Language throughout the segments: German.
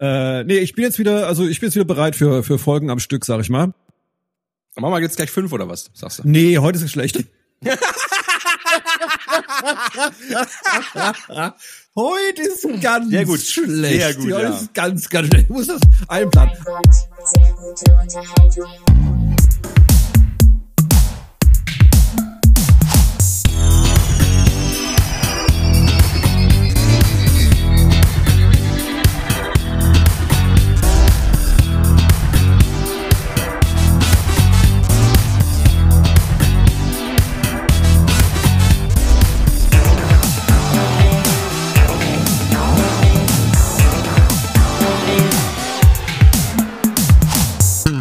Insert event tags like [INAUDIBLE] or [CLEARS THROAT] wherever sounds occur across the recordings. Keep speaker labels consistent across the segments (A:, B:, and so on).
A: Äh, nee, ich bin jetzt wieder, also ich bin jetzt wieder bereit für, für Folgen am Stück, sag ich mal.
B: Dann machen wir jetzt gleich fünf oder was, sagst du?
A: Nee, heute ist es
B: [LAUGHS]
A: schlecht. heute ist ganz
B: Sehr gut.
A: schlecht.
B: Sehr gut,
A: heute
B: ja.
A: ist ganz, ganz schlecht. Ich muss das einplanen.
C: Reingott, sehr gute Unterhaltung.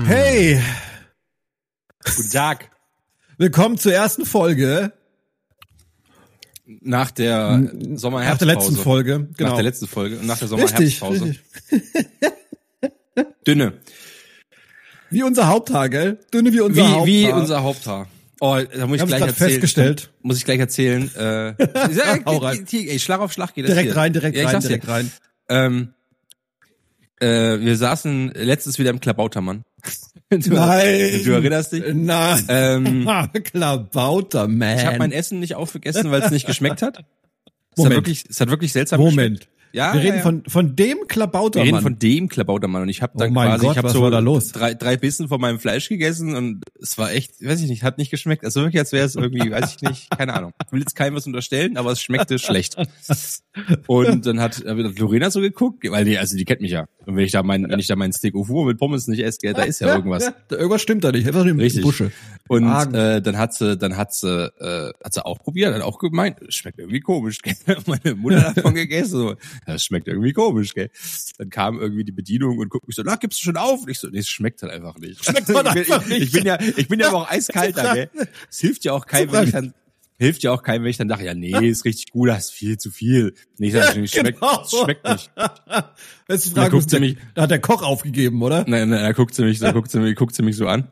A: Hey,
B: Mhm. Guten Tag.
A: willkommen zur ersten Folge.
B: Nach der sommer
A: Nach der letzten Folge, genau.
B: Nach der letzten Folge und nach der
A: Richtig,
B: Sommerherbstpause.
A: richtig.
B: Dünne.
A: Wie unser Haupthaar, gell? Dünne wie unser
B: Wie,
A: Haupthaar.
B: wie unser Haupthaar. Oh, da muss
A: Wir
B: ich
A: haben es
B: gleich
A: gerade
B: erzählen.
A: festgestellt.
B: Muss ich gleich erzählen.
A: [LAUGHS]
B: Äh,
A: Hau rein.
B: Ey, Schlag auf Schlag geht das
A: Direkt
B: hier.
A: rein, direkt
B: Ja, ich
A: rein,
B: sag's dir.
A: direkt rein.
B: Ähm, äh, wir saßen letztens wieder im Klabautermann. du,
A: [LAUGHS] Nein.
B: Du erinnerst dich?
A: Na, [LAUGHS]
B: Ähm,
A: Ah, Klabauter, man.
B: ich habe mein Essen nicht aufgegessen, weil es nicht geschmeckt hat. Es hat
A: Moment.
B: wirklich, es hat wirklich seltsam
A: Moment.
B: geschmeckt. Ja,
A: Wir
B: ja,
A: reden
B: ja.
A: von, von dem
B: wir
A: Klabautermann. [LAUGHS]
B: reden von dem Klabautermann und ich habe dann
A: Oh mein
B: quasi,
A: Gott,
B: ich habe
A: was
B: so
A: war da los?
B: drei drei Bissen von meinem Fleisch gegessen und es war echt, weiß ich nicht, hat nicht geschmeckt. Also wirklich, als wäre
A: [LAUGHS]
B: es irgendwie, weiß ich nicht, keine Ahnung. Ich will jetzt keinem was unterstellen, aber es schmeckte schlecht. Und dann hat äh, Lorena so geguckt, weil die, also die kennt mich ja. Und wenn ich da mein, wenn ich da meinen Steak Ufu mit Pommes nicht esse, gell, da ist ja irgendwas.
A: Da- irgendwas stimmt da nicht. Etwas im
B: Richtig.
A: Busche. [LAUGHS]
B: Und
A: Magen.
B: äh, dann hat sie, dann hat sie, äh, hat sie auch probiert, hat auch gemeint, es schmeckt irgendwie komisch. Gell? [LAUGHS] Meine Mutter hat davon gegessen, so, das schmeckt irgendwie komisch. Gell? Dann kam irgendwie die Bedienung und guckt mich so, na gibst du schon auf? Und ich so, nee, es schmeckt halt einfach nicht. Schmeckt
A: halt
B: [LAUGHS] ich, bin,
A: einfach
B: ich, ich bin ja, ich bin ja aber auch
A: [LAUGHS]
B: eiskalt da. Gell? Es hilft ja auch keinem, wenn ich dann hilft ja auch keinem, wenn ich dann dachte, ja nee, ist richtig gut, das ist viel zu viel. Nee, ich sag, es schmeckt,
A: genau.
B: es schmeckt nicht.
A: Jetzt
B: Da
A: fragen
B: guckt
A: uns,
B: sie
A: der,
B: mich-
A: da hat der Koch aufgegeben,
B: [LAUGHS]
A: oder?
B: Nein, nein, er guckt sie mich, so, guckt sie mich, guckt sie mich so an.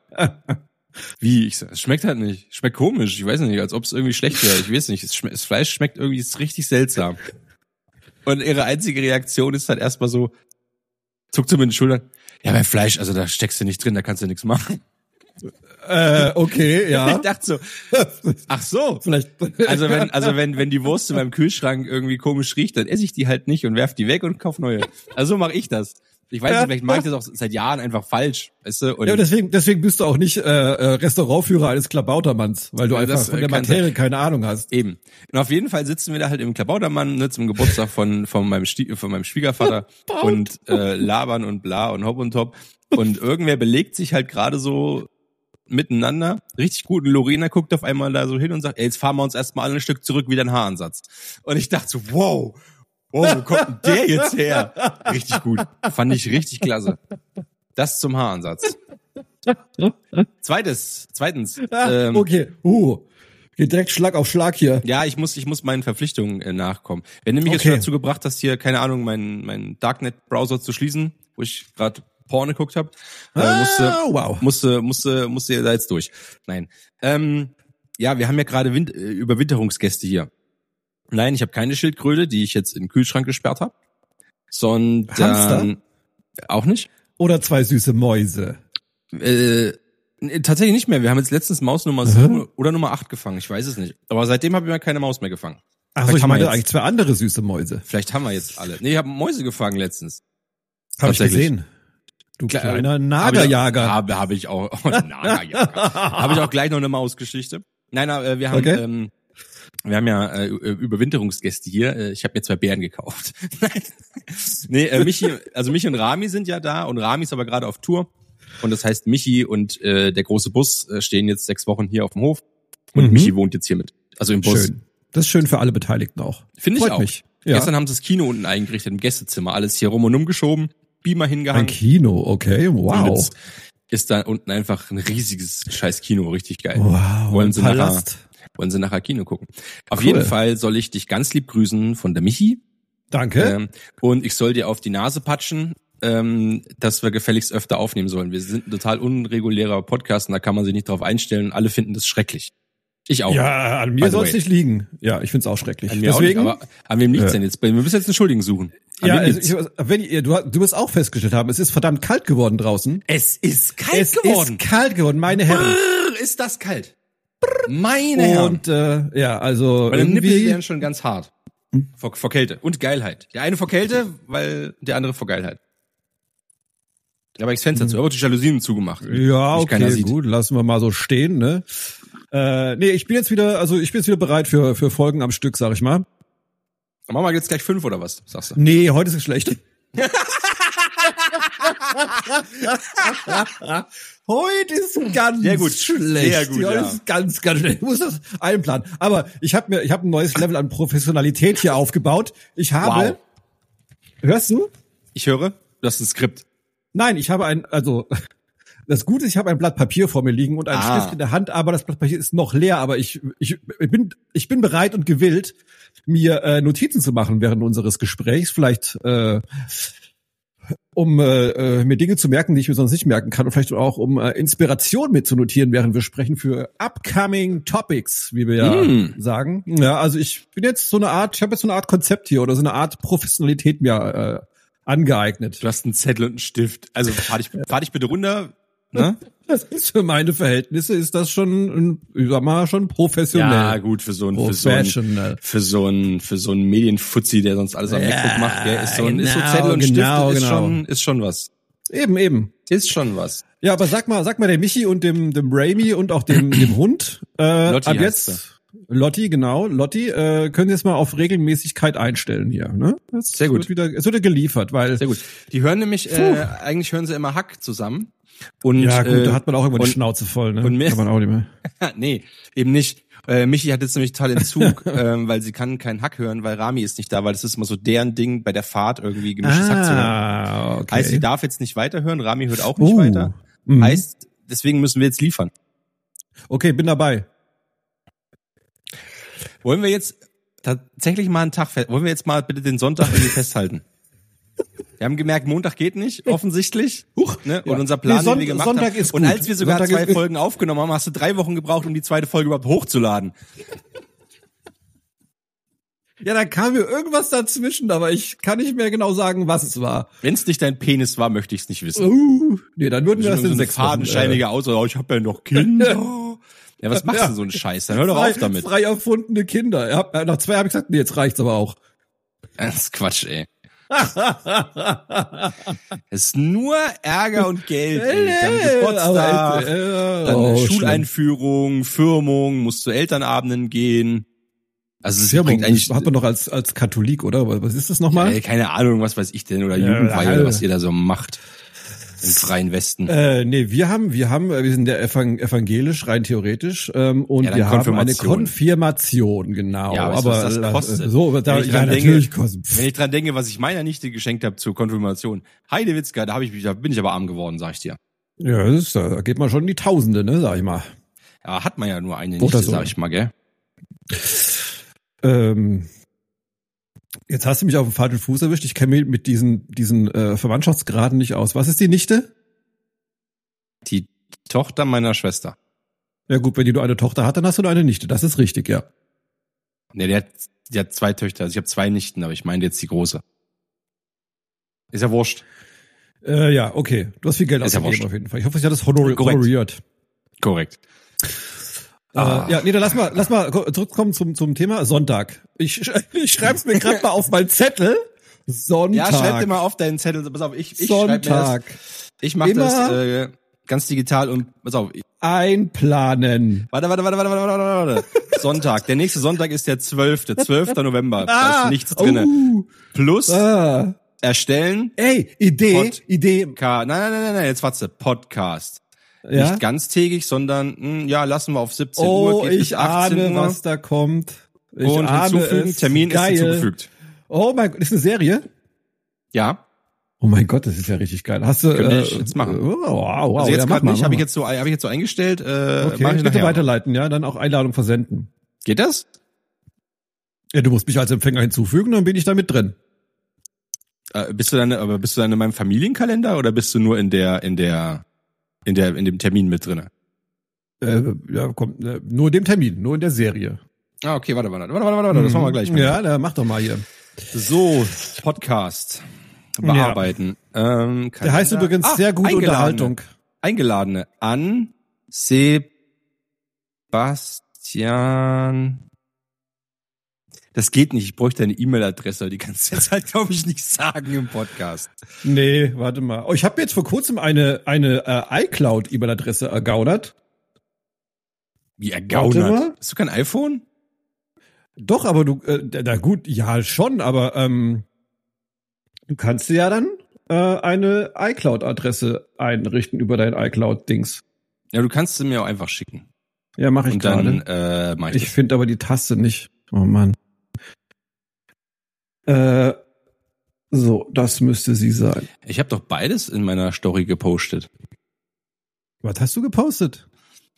B: Wie? Ich so, es schmeckt halt nicht. Schmeckt komisch. Ich weiß nicht, als ob es irgendwie schlecht wäre. Ich weiß nicht. Es schme das Fleisch schmeckt irgendwie ist richtig seltsam. Und ihre einzige Reaktion ist halt erstmal so, zuckt sie mit den Schultern. Ja, bei Fleisch, also da steckst du nicht drin, da kannst du nichts machen.
A: Äh,
B: [LAUGHS]
A: okay, ja.
B: Ich dachte so, ach so.
A: Vielleicht. [LAUGHS]
B: Also wenn, also wenn, wenn die Wurst in meinem Kühlschrank irgendwie komisch riecht, dann esse ich die halt nicht und werf die weg und kauf neue. Also so mache ich das. Ich weiß nicht, vielleicht mache ich das auch seit Jahren einfach falsch, weißt du? Und
A: Ja, aber deswegen, deswegen bist du auch nicht äh, äh, Restaurantführer eines Klabautermanns, weil du
B: Ja,
A: einfach
B: das,
A: von
B: äh,
A: der
B: kann
A: Materie keine Ahnung hast.
B: Eben. Und auf jeden Fall sitzen wir da halt im Klabautermann, ne, zum Geburtstag von, von, meinem, Stie von meinem Schwiegervater und äh, labern und bla und hopp und top. Und irgendwer belegt sich halt gerade so miteinander. Richtig gut. Und Lorena guckt auf einmal da so hin und sagt, ey, jetzt fahren wir uns erstmal alle ein Stück zurück, wieder ein Haaransatz. Und ich dachte so, wow, wow, wo kommt denn der jetzt her? Richtig gut. Fand ich richtig klasse. Das zum Haaransatz. Zweites, zweitens.
A: Ah,
B: ähm,
A: okay. Uh. Geht direkt Schlag auf Schlag hier.
B: ja, ich muss, ich muss meinen Verpflichtungen äh, nachkommen. Wenn du mich jetzt
A: Okay.
B: schon dazu gebracht hast, hier, keine Ahnung, meinen meinen Darknet-Browser zu schließen, wo ich gerade Porn geguckt habe, äh, musste,
A: ah, wow.
B: musste, musste, musste da jetzt durch. Nein. Ähm, ja, wir haben ja gerade Wind, äh, Überwinterungsgäste hier. Nein, ich habe keine Schildkröte, die ich jetzt in den Kühlschrank gesperrt habe. Sondern äh,
A: Hamster?
B: auch nicht.
A: Oder zwei süße Mäuse.
B: Äh, nee, tatsächlich nicht mehr. Wir haben jetzt letztens Maus
A: Mhm.
B: Nummer 7 oder Nummer 8 gefangen. Ich weiß es nicht. Aber seitdem habe ich mal keine Maus mehr gefangen.
A: Ach
B: Da
A: so, ich
B: kann man
A: meinte
B: jetzt-
A: eigentlich zwei andere süße Mäuse.
B: Vielleicht haben wir jetzt alle. Nee, ich habe Mäuse gefangen letztens.
A: Hab ich
B: Tatsächlich.
A: gesehen. Du
B: Kle-
A: kleiner
B: Habe,
A: Nagerjager.
B: habe, habe ich auch. [LAUGHS] Oh, Nagerjager. habe ich auch gleich noch eine Mausgeschichte. Nein, nein, äh, wir haben,
A: Okay.
B: ähm, wir haben ja äh, Ü- Überwinterungsgäste hier. Äh, Ich habe mir zwei Bären gekauft. [LAUGHS] nee, äh, Michi, also Michi und Rami sind ja da und Rami ist aber gerade auf Tour. Und das heißt, Michi und äh, der große Bus äh, stehen jetzt sechs Wochen hier auf dem Hof. Und
A: Mhm.
B: Michi wohnt jetzt hier mit. Also im Bus.
A: Schön. Das ist schön für alle Beteiligten auch.
B: Finde ich
A: Freut
B: auch.
A: mich. Ja.
B: Gestern haben sie das Kino unten eingerichtet im Gästezimmer, alles hier rum und umgeschoben, Beamer
A: Ein
B: hingehangen.
A: Kino, okay,
B: Und
A: wow.
B: jetzt Ist da unten einfach ein riesiges scheiß Kino, richtig geil.
A: Wow,
B: äh, Wollen
A: ein
B: sie, nachher,
A: Palast.
B: wollen sie nachher Kino gucken. Auf
A: Cool.
B: jeden Fall soll ich dich ganz lieb grüßen von der Michi.
A: Danke.
B: Ähm, und ich soll dir auf die Nase patschen, ähm, dass wir gefälligst öfter aufnehmen sollen. Wir sind ein total unregulärer Podcast und da kann man sich nicht drauf einstellen. Alle finden das schrecklich. Ich auch.
A: Ja, an
B: By
A: mir
B: the
A: soll es
B: way.
A: nicht liegen. Ja, ich find's auch schrecklich.
B: An mir
A: Deswegen,
B: auch nicht, aber an wem liegt's
A: Ja.
B: denn jetzt? Wir müssen jetzt einen Schuldigen suchen. An
A: ja,
B: wem
A: also
B: liegt's?
A: ich, wenn ihr, du, hast- du wirst auch festgestellt haben, es ist verdammt kalt geworden draußen.
B: es ist kalt
A: es ist kalt geworden, meine Herren.
B: Brrr, ist das kalt. Meine Herren.
A: Und äh, ja, also
B: Meine Nippel
A: irgendwie, Hm?
B: wären schon ganz hart. Vor, vor Kälte und Geilheit. Der eine vor Kälte, weil der andere vor Geilheit. Da habe ich das Fenster zu, aber die Jalousien zugemacht.
A: Hm. ja,
B: Mich keiner
A: okay,
B: sieht.
A: gut, lassen wir mal so stehen, ne? Äh, nee, ich bin jetzt wieder, also ich bin jetzt wieder bereit für für Folgen am Stück, sag ich mal.
B: Dann machen wir jetzt gleich fünf oder was, sagst du?
A: Nee, heute ist es
B: [LAUGHS]
A: schlecht. heute ist ganz
B: Sehr gut,
A: schlecht.
B: sehr gut,
A: heute
B: ja.
A: ist ganz, ganz schlecht. Ich muss das einplanen. Aber ich habe mir, ich habe ein neues Level an Professionalität hier aufgebaut. Ich habe,
B: Wow.
A: hörst du?
B: Ich höre, du hast ein Skript.
A: Nein, ich habe ein, also [LAUGHS] das Gute ist, ich habe ein Blatt Papier vor mir liegen und einen
B: Ah.
A: Stift in der Hand, aber das Blatt Papier ist noch leer. Aber ich, ich bin, ich bin bereit und gewillt, mir äh, Notizen zu machen während unseres Gesprächs, vielleicht äh, um äh, äh, mir Dinge zu merken, die ich mir sonst nicht merken kann, und vielleicht auch um äh, Inspiration mitzunotieren, während wir sprechen für upcoming Topics, wie wir ja
B: Mm.
A: sagen. Ja, also ich bin jetzt so eine Art, ich habe jetzt so eine Art Konzept hier oder so eine Art Professionalität mir äh, angeeignet.
B: Du hast einen Zettel und einen Stift. Also fahr dich, fahr dich bitte runter. Ne?
A: Das ist für meine Verhältnisse ist das schon, ein, ich sag mal, schon professionell.
B: Ja, gut, für so ein,
A: Oh,
B: für so ein,
A: Professional.
B: für so ein, für so ein Medienfuzzi, der sonst alles am
A: Ja,
B: MacBook macht, der ist so ein, ist so
A: genau,
B: Zettel und
A: genau,
B: Stift, ist
A: genau.
B: schon, ist schon was.
A: Eben, eben.
B: Ist schon was.
A: Ja, aber sag mal, sag mal der Michi und dem dem Raimi und auch dem dem Hund. Äh,
B: Lotti
A: ab
B: heißt
A: jetzt. Lotti, genau, Lotti, äh, können jetzt mal auf Regelmäßigkeit einstellen hier. Ne? Das
B: Sehr gut.
A: Wird wieder, es wird ja geliefert, weil
B: Sehr gut. Die hören nämlich, äh, eigentlich hören sie immer Hack zusammen. Und,
A: ja gut,
B: äh,
A: da hat man auch immer die
B: und,
A: Schnauze voll. Ne?
B: und mir-
A: Kann man auch nicht mehr.
B: äh, [LAUGHS] Nee, eben nicht. Äh, Michi hat jetzt nämlich total
A: [LAUGHS]
B: den Zug, ähm, weil sie kann keinen Hack hören, weil Rami ist nicht da, weil das ist immer so deren Ding bei der Fahrt irgendwie gemischtes Hack zu hören.
A: Ah, okay.
B: Heißt, sie darf jetzt nicht weiterhören, Rami hört auch nicht
A: Oh.
B: weiter.
A: Mhm.
B: Heißt, deswegen müssen wir jetzt liefern.
A: okay, bin dabei.
B: Wollen wir jetzt tatsächlich mal einen Tag fest, wollen wir jetzt mal bitte den Sonntag
A: [LAUGHS]
B: irgendwie festhalten? Wir haben gemerkt, Montag geht nicht, offensichtlich.
A: Huch,
B: ne?
A: ja.
B: Und unser Plan,
A: Nee, Son-
B: den wir gemacht
A: Sonntag
B: haben.
A: ist
B: und
A: gut.
B: als wir sogar
A: Sonntag
B: zwei
A: ist-
B: Folgen aufgenommen haben, hast du drei Wochen gebraucht, um die zweite Folge überhaupt hochzuladen.
A: Ja, da kam mir irgendwas dazwischen, aber ich kann nicht mehr genau sagen, was es war.
B: Wenn es nicht dein Penis war, möchte ich es nicht wissen.
A: Uh, nee, dann würden wir das
B: so
A: in
B: eine
A: sechs Wochen.
B: fadenscheinige Aussage, oh, ich habe ja noch Kinder. [LAUGHS] ja, was machst
A: Ja.
B: du so einen Scheiß? Dann hör doch
A: frei,
B: auf äh, damit.
A: frei erfundene Kinder. Ja, hab- nach zwei habe ich gesagt, nee, jetzt reicht's aber auch.
B: Das ist Quatsch, ey. Es ist nur Ärger und Geld. ey. Dann Geburtstag,
A: Aber, äh,
B: Dann
A: oh, schlimm.
B: Schuleinführung, Firmung, musst zu Elternabenden gehen. Also es
A: Ja, aber
B: bringt eigentlich
A: hat man doch als als Katholik, oder? Aber Was ist das nochmal?
B: äh, keine Ahnung, was weiß ich denn oder
A: Ja,
B: Jugendweihe,
A: hallo.
B: was ihr da so macht im freien Westen.
A: Äh, nee, wir haben, wir haben, äh, wir sind ja evang evangelisch, rein theoretisch, ähm, und
B: Ja, dann
A: wir haben eine
B: Konfirmation.
A: Konfirmation, genau.
B: Ja, weißt du,
A: aber
B: was das
A: la-
B: kostet?
A: so, da,
B: Wenn ich
A: ja,
B: dran denke-
A: natürlich kostet.
B: Wenn ich dran denke, was ich meiner Nichte geschenkt habe zur Konfirmation, Heidewitzka, da, hab ich, mich- da bin ich aber arm geworden, sag ich dir.
A: Ja, das ist, da geht man schon in die Tausende, ne, sag ich mal.
B: Ja, hat man ja nur eine
A: Oder
B: Nichte,
A: so.
B: sag ich mal, gell?
A: Ähm, jetzt hast du mich auf den falschen Fuß erwischt. Ich kenne mich mit diesen, diesen äh, Verwandtschaftsgraden nicht aus. Was ist die Nichte?
B: Die Tochter meiner Schwester.
A: Ja gut, wenn die nur eine Tochter hat, dann hast du nur eine Nichte. Das ist richtig, ja.
B: Ne, der hat, die hat zwei Töchter. Also ich habe zwei Nichten, aber ich meine jetzt die große. Ist ja wurscht.
A: Äh, ja, okay. Du hast viel Geld
B: Ist ja
A: ausgegeben
B: wurscht.
A: auf jeden Fall. Ich hoffe, ich habe das honor
B: Korrekt.
A: honoriert.
B: Korrekt. Ah.
A: Äh, ja, nee, dann lass mal, lass mal ko- zurückkommen zum, zum Thema Sonntag. Ich, sch- [LAUGHS] ich schreibe es mir gerade mal auf meinen Zettel. Sonntag.
B: Ja, schreib dir mal auf deinen Zettel. Pass auf, ich, ich schreib mir das.
A: Sonntag.
B: Ich mache
A: Immer-
B: das äh, ganz digital und pass auf. ich-
A: Einplanen.
B: Warte, warte, warte, warte, warte, warte,
A: [LAUGHS]
B: warte. warte. Sonntag. Der nächste Sonntag ist der 12. 12. November. Da ist nichts drinne.
A: Uh,
B: Plus
A: ah.
B: erstellen.
A: Ey, Idee,
B: Pod-
A: Idee.
B: Ka- Nein, nein, nein, nein, nein, jetzt warte. Podcast.
A: Ja?
B: Nicht ganztägig, sondern mh, ja, lassen wir auf 17
A: Oh,
B: Uhr. geht bis
A: ich
B: 18
A: ahne,
B: Uhr.
A: was da kommt. Ich
B: und
A: ahne
B: hinzufügen.
A: es.
B: Termin
A: Geil.
B: ist hinzugefügt.
A: Oh mein Gott, ist eine Serie?
B: Ja.
A: Oh mein Gott, das ist ja richtig geil. Hast du
B: Können wir
A: äh,
B: jetzt machen.
A: äh, Wow, wow,
B: also
A: ja,
B: jetzt
A: mach
B: gerade
A: mal,
B: nicht.
A: mach
B: Habe ich
A: mal.
B: jetzt so, habe ich jetzt so eingestellt. Äh, mach
A: Okay, bitte
B: ich nachher.
A: weiterleiten, ja, dann auch Einladung versenden.
B: Geht das?
A: Ja, du musst mich als Empfänger hinzufügen, dann bin ich da mit drin.
B: Äh, bist du dann, aber bist du dann in meinem Familienkalender oder bist du nur in der, in der, in der, in dem Termin mit drinne?
A: Äh, ja, komm, äh, nur dem Termin, nur in der Serie.
B: Ah, okay, warte, warte, warte, warte, warte, das machen wir gleich mal.
A: Ja, na, mach doch mal hier.
B: So, Podcast bearbeiten. Ähm,
A: Der heißt
B: Kalender.
A: übrigens
B: Ah,
A: sehr gute
B: Eingeladene.
A: Unterhaltung.
B: Eingeladene an Sebastian. Das geht nicht, ich bräuchte eine E-Mail-Adresse, die kannst du jetzt halt, glaube ich, nicht sagen im Podcast.
A: Nee, warte mal. Oh, ich habe jetzt vor kurzem eine, eine äh, iCloud-E-Mail-Adresse ergaunert.
B: Wie
A: Warte
B: ergaunert.
A: mal.
B: Hast du kein iPhone?
A: Doch, aber du, äh, na gut, ja schon, aber ähm, du kannst dir ja dann äh, eine iCloud-Adresse einrichten über dein iCloud-Dings.
B: Ja, du kannst sie mir auch einfach schicken.
A: Ja, mache ich
B: Und dann
A: gerade.
B: äh, mach ich,
A: Ich finde aber die Taste nicht. Oh Mann. Äh, so, das müsste sie sein.
B: das. Ich habe doch beides in meiner Story gepostet.
A: Was hast du gepostet?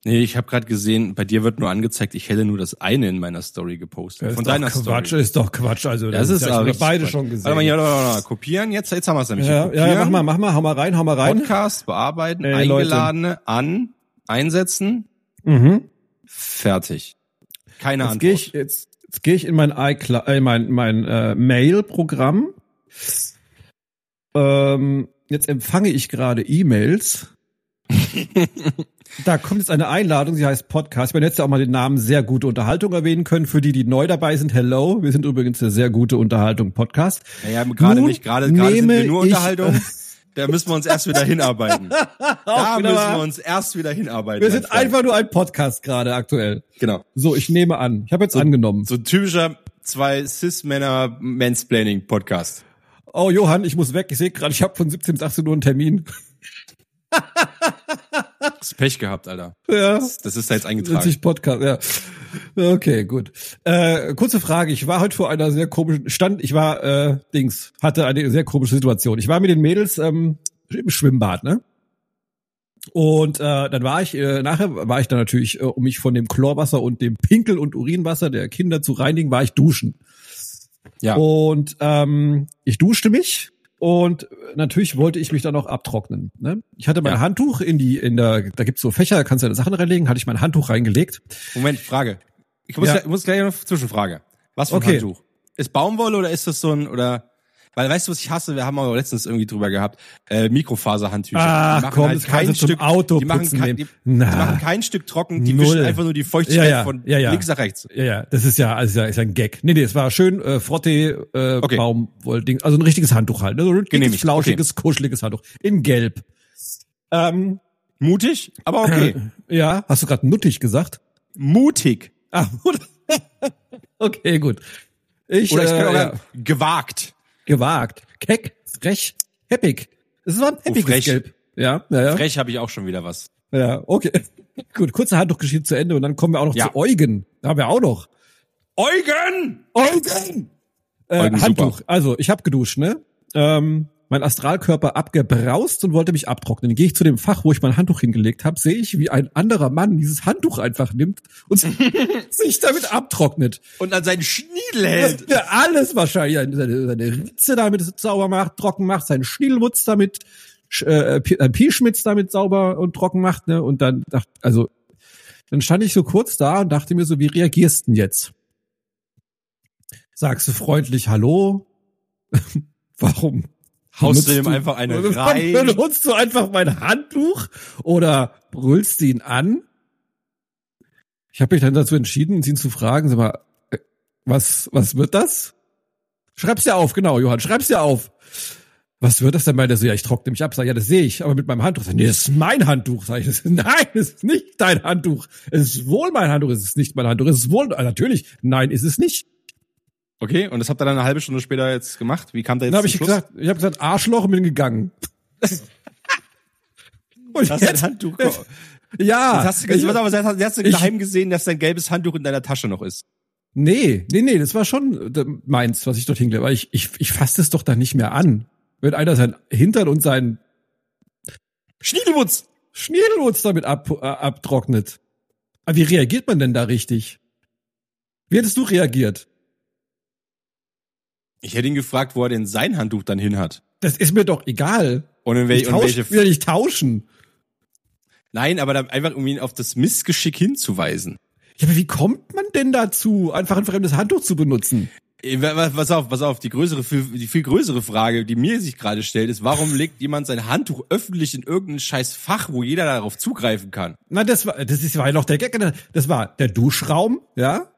B: Nee, ich habe gerade gesehen, bei dir wird nur angezeigt, ich hätte nur das eine in meiner Story gepostet. Von
A: ist
B: deiner
A: doch Quatsch,
B: Story.
A: ist doch Quatsch. Also
B: Das ist
A: ja-
B: aber
A: ich hab
B: richtig
A: beide
B: Quatsch.
A: schon gesehen.
B: Warte mal, hier, warte mal, warte mal. kopieren jetzt, jetzt haben wir es nämlich.
A: ja,
B: Kopieren,
A: ja, ja, mach mal, mach mal, hau mal rein, hau mal rein.
B: Podcast bearbeiten,
A: Ey, Leute.
B: eingeladene an, einsetzen,
A: Mhm.
B: fertig. Keine
A: Jetzt
B: Antwort.
A: gehe ich jetzt, jetzt gehe ich in mein iCloud, äh, mein mein äh, Mail-Programm. Ähm, jetzt empfange ich gerade
B: [LAUGHS]
A: E-Mails. Da kommt jetzt eine Einladung, sie heißt Podcast. Wir hätten jetzt ja auch mal den Namen Sehr gute Unterhaltung erwähnen können. Für die, die neu dabei sind, hello. Wir sind übrigens der Sehr gute Unterhaltung Podcast.
B: Naja, gerade
A: Nun
B: nicht, gerade gerade sind wir
A: nehme
B: nur
A: ich- [LAUGHS]
B: Unterhaltung. Da müssen wir uns erst wieder hinarbeiten. Da müssen wir uns erst wieder hinarbeiten.
A: wir sind
B: mein Freund.
A: einfach nur ein Podcast gerade aktuell.
B: genau.
A: So, ich nehme an. Ich habe jetzt angenommen.
B: So ein typischer zwei Cis-Männer Mansplaining Podcast.
A: Oh, Johann, ich muss weg. Ich sehe gerade, ich habe von 17 bis 18 Uhr einen Termin.
B: Hast Pech gehabt, Alter.
A: ja.
B: Das ist da jetzt eingetragen.
A: 40 Podcast, ja. Okay, gut. Äh, kurze Frage. Ich war heute vor einer sehr komischen Stand. Ich war äh, Dings hatte eine sehr komische Situation. Ich war mit den Mädels ähm, im Schwimmbad, ne? Und äh, dann war ich äh, nachher war ich dann natürlich, äh, um mich von dem Chlorwasser und dem Pinkel und Urinwasser der Kinder zu reinigen, war ich duschen.
B: Ja.
A: Oh. Und ähm, ich duschte mich und natürlich wollte ich mich dann auch abtrocknen. Ne? Ich hatte mein
B: Ja.
A: Handtuch in die, in der, da gibt's so Fächer, da kannst du deine Sachen reinlegen, hatte ich mein Handtuch reingelegt.
B: Moment, Frage. Ich muss,
A: Ja.
B: gleich- ich muss gleich noch eine Zwischenfrage. Was für ein
A: Okay.
B: Handtuch? Ist Baumwolle oder ist das so ein oder? Weil weißt du, was ich hasse? Wir haben aber letztens irgendwie drüber gehabt. Äh, Mikrofaserhandtücher.
A: Ach,
B: machen
A: Ah,
B: halt
A: komm, das kannst du zum Auto
B: die machen,
A: putzen
B: kein,
A: nehmen.
B: die, die
A: Na.
B: machen kein Stück trocken. Die
A: Null.
B: wischen einfach nur die Feuchtigkeit
A: Ja, ja,
B: von
A: ja, ja.
B: links nach rechts.
A: Ja, ja, das ist ja, also ist ja ein Gag. Nee, nee, es war schön äh, Frotte, äh,
B: Okay.
A: Baumwollding, also ein richtiges Handtuch halt, ne? so ein richtiges,
B: Genehmigt,
A: flauschiges, kuscheliges Handtuch in Gelb. Ähm,
B: Mutig,
A: [LAUGHS]
B: aber okay.
A: [CLEARS THROAT] ja, hast du gerade nuttig gesagt?
B: Mutig.
A: Ah, [LAUGHS] gut. okay, gut. Ich,
B: Oder ich kann
A: äh,
B: auch
A: ja.
B: sagen, gewagt.
A: gewagt, keck, frech, heppig. Es war ein heppiges
B: Oh, frech.
A: Gelb. Ja, ja, ja.
B: Frech habe ich auch schon wieder was.
A: ja okay. [LAUGHS] Gut, kurze Handtuchgeschichte zu Ende und dann kommen wir auch noch
B: Ja.
A: zu Eugen. Da haben wir auch noch.
B: Eugen!
A: Eugen! Äh,
B: Eugen,
A: Handtuch. Also, ich habe geduscht, ne? Ähm, mein Astralkörper abgebraust und wollte mich abtrocknen. Dann gehe ich zu dem Fach, wo ich mein Handtuch hingelegt habe, sehe ich, wie ein anderer Mann dieses Handtuch einfach nimmt und [LAUGHS] sich damit abtrocknet.
B: Und an seinen Schniedel
A: Das
B: hält.
A: ist [LAUGHS] ja alles wahrscheinlich. Seine, seine, seine Ritze damit sauber macht, trocken macht, seinen Schniedelwutz damit, Sch- äh, Pi- äh, Pieschmitz damit sauber und trocken macht, ne? Und dann dachte, also, dann stand ich so kurz da und dachte mir so, wie reagierst du denn jetzt? Sagst du freundlich Hallo? [LAUGHS] Warum?
B: Haust du
A: benutzt
B: ihm einfach
A: [LAUGHS]
B: eine rein?
A: Benutzt du einfach mein Handtuch oder brüllst du ihn an? Ich habe mich dann dazu entschieden, ihn zu fragen, sag mal, äh, was, was wird das? Schreib's dir auf, genau, Johann, schreib's dir auf. Was wird das denn? Meint er so, ja, ich trockne mich ab. Sag, ja, das sehe ich, aber mit meinem Handtuch. Sag, nee, das ist mein Handtuch. Sag ich, das, nein, das ist [LAUGHS] nicht dein Handtuch. Es ist wohl mein Handtuch, es ist nicht mein Handtuch. Es ist wohl, ah, natürlich, nein, ist es nicht.
B: Okay, und das habt ihr dann eine halbe Stunde später jetzt gemacht. Wie kam da jetzt
A: Dann habe
B: zum
A: ich
B: Schluss?
A: gesagt, ich habe gesagt, Arschloch und bin gegangen. und
B: Hast dein Handtuch.
A: jetzt- ja.
B: Das hast du gesehen,
A: ich,
B: warte, aber hast, hast du
A: ich-
B: daheim gesehen, dass dein gelbes Handtuch in deiner Tasche noch ist.
A: nee, nee, nee, das war schon äh, meins, was ich dorthin gelegt habe. Ich, ich, ich fasse es doch dann nicht mehr an. Wenn einer sein Hintern und seinen
B: Schniedelwutz!
A: Schniedelwurz damit ab, äh, abtrocknet. Aber wie reagiert man denn da richtig? Wie hättest du reagiert?
B: Ich hätte ihn gefragt, wo er denn sein Handtuch dann hin hat.
A: Das ist mir doch egal.
B: Und in, wel
A: Ich
B: und
A: tausche,
B: welche,
A: will ja nicht tauschen.
B: Nein, aber dann einfach irgendwie auf das Missgeschick hinzuweisen.
A: Ja, aber wie kommt man denn dazu, einfach ein fremdes Handtuch zu benutzen?
B: Äh, wa- wa- Pass auf, pass auf, die größere, viel- die viel größere Frage, die mir sich gerade stellt, ist, warum legt jemand sein Handtuch öffentlich in irgendein scheiß Fach, wo jeder darauf zugreifen kann?
A: Na, das war, das ist, war ja noch der Gag. ne? Das war der Duschraum, ja.